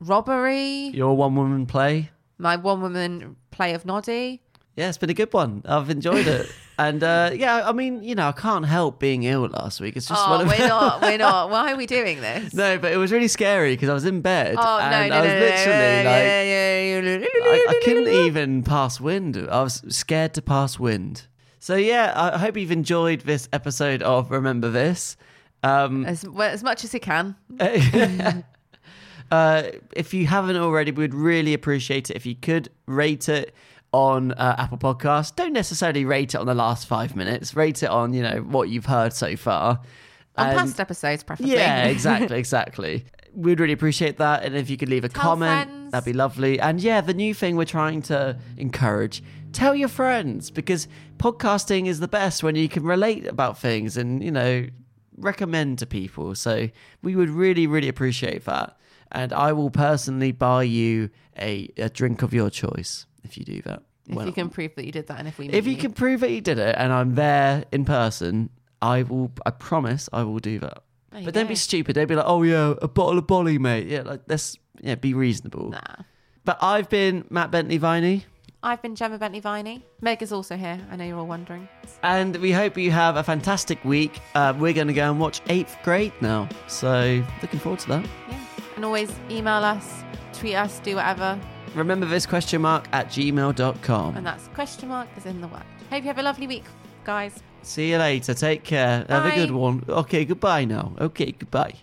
S2: robbery,
S1: Your one woman play.
S2: my one woman play of Noddy.
S1: Yeah, it's been a good one. I've enjoyed it. and uh, yeah, I mean, you know, I can't help being ill last week. It's just one
S2: Oh,
S1: of
S2: we're not, we're not. Why are we doing this?
S1: No, but it was really scary because I was in bed
S2: Oh, no,
S1: and
S2: no,
S1: I was
S2: no, no,
S1: literally
S2: no,
S1: like
S2: no, no, no,
S1: I,
S2: no,
S1: I couldn't
S2: no, no, no.
S1: even pass wind. I was scared to pass wind. So yeah, I I hope you've enjoyed this episode of Remember This. Um,
S2: As, well, as much as you can.
S1: uh, if you haven't already, we'd really appreciate it if you could rate it on uh, Apple Podcasts. Don't necessarily rate it on the last five minutes. Rate it on you know what you've heard so far.
S2: On
S1: And-
S2: past episodes, preferably.
S1: yeah, exactly, exactly. We'd really appreciate that. And if you could leave a
S2: Tell
S1: comment,
S2: friends.
S1: that'd be lovely. And yeah, the new thing we're trying to encourage tell your friends because podcasting is the best when you can relate about things and, you know, recommend to people. So we would really, really appreciate that. And I will personally buy you a, a drink of your choice if you do that.
S2: If
S1: Well,
S2: you can prove that you did that and if we
S1: if
S2: meet
S1: you can prove that you did it and I'm there in person, I will. I promise I will do that.
S2: There you
S1: but don't
S2: go.
S1: be stupid. Don't be like, oh yeah, a bottle of Bolly, mate. Yeah, like let's yeah, be reasonable.
S2: Nah.
S1: But I've been Matt Bentley Viney,
S2: I've been Gemma Bentley Viney. Meg is also here. I know you're all wondering.
S1: and we hope you have a fantastic week. Uh, we're going to go and watch Eighth Grade now, so looking forward to that.
S2: Yeah. And always email us, tweet us, do whatever.
S1: Remember this question mark at gmail.com.
S2: And that's question mark is in the word. Hope you have a lovely week, guys.
S1: See you later. Take care. Have a
S2: Bye.
S1: good one. Okay, goodbye now. Okay, goodbye.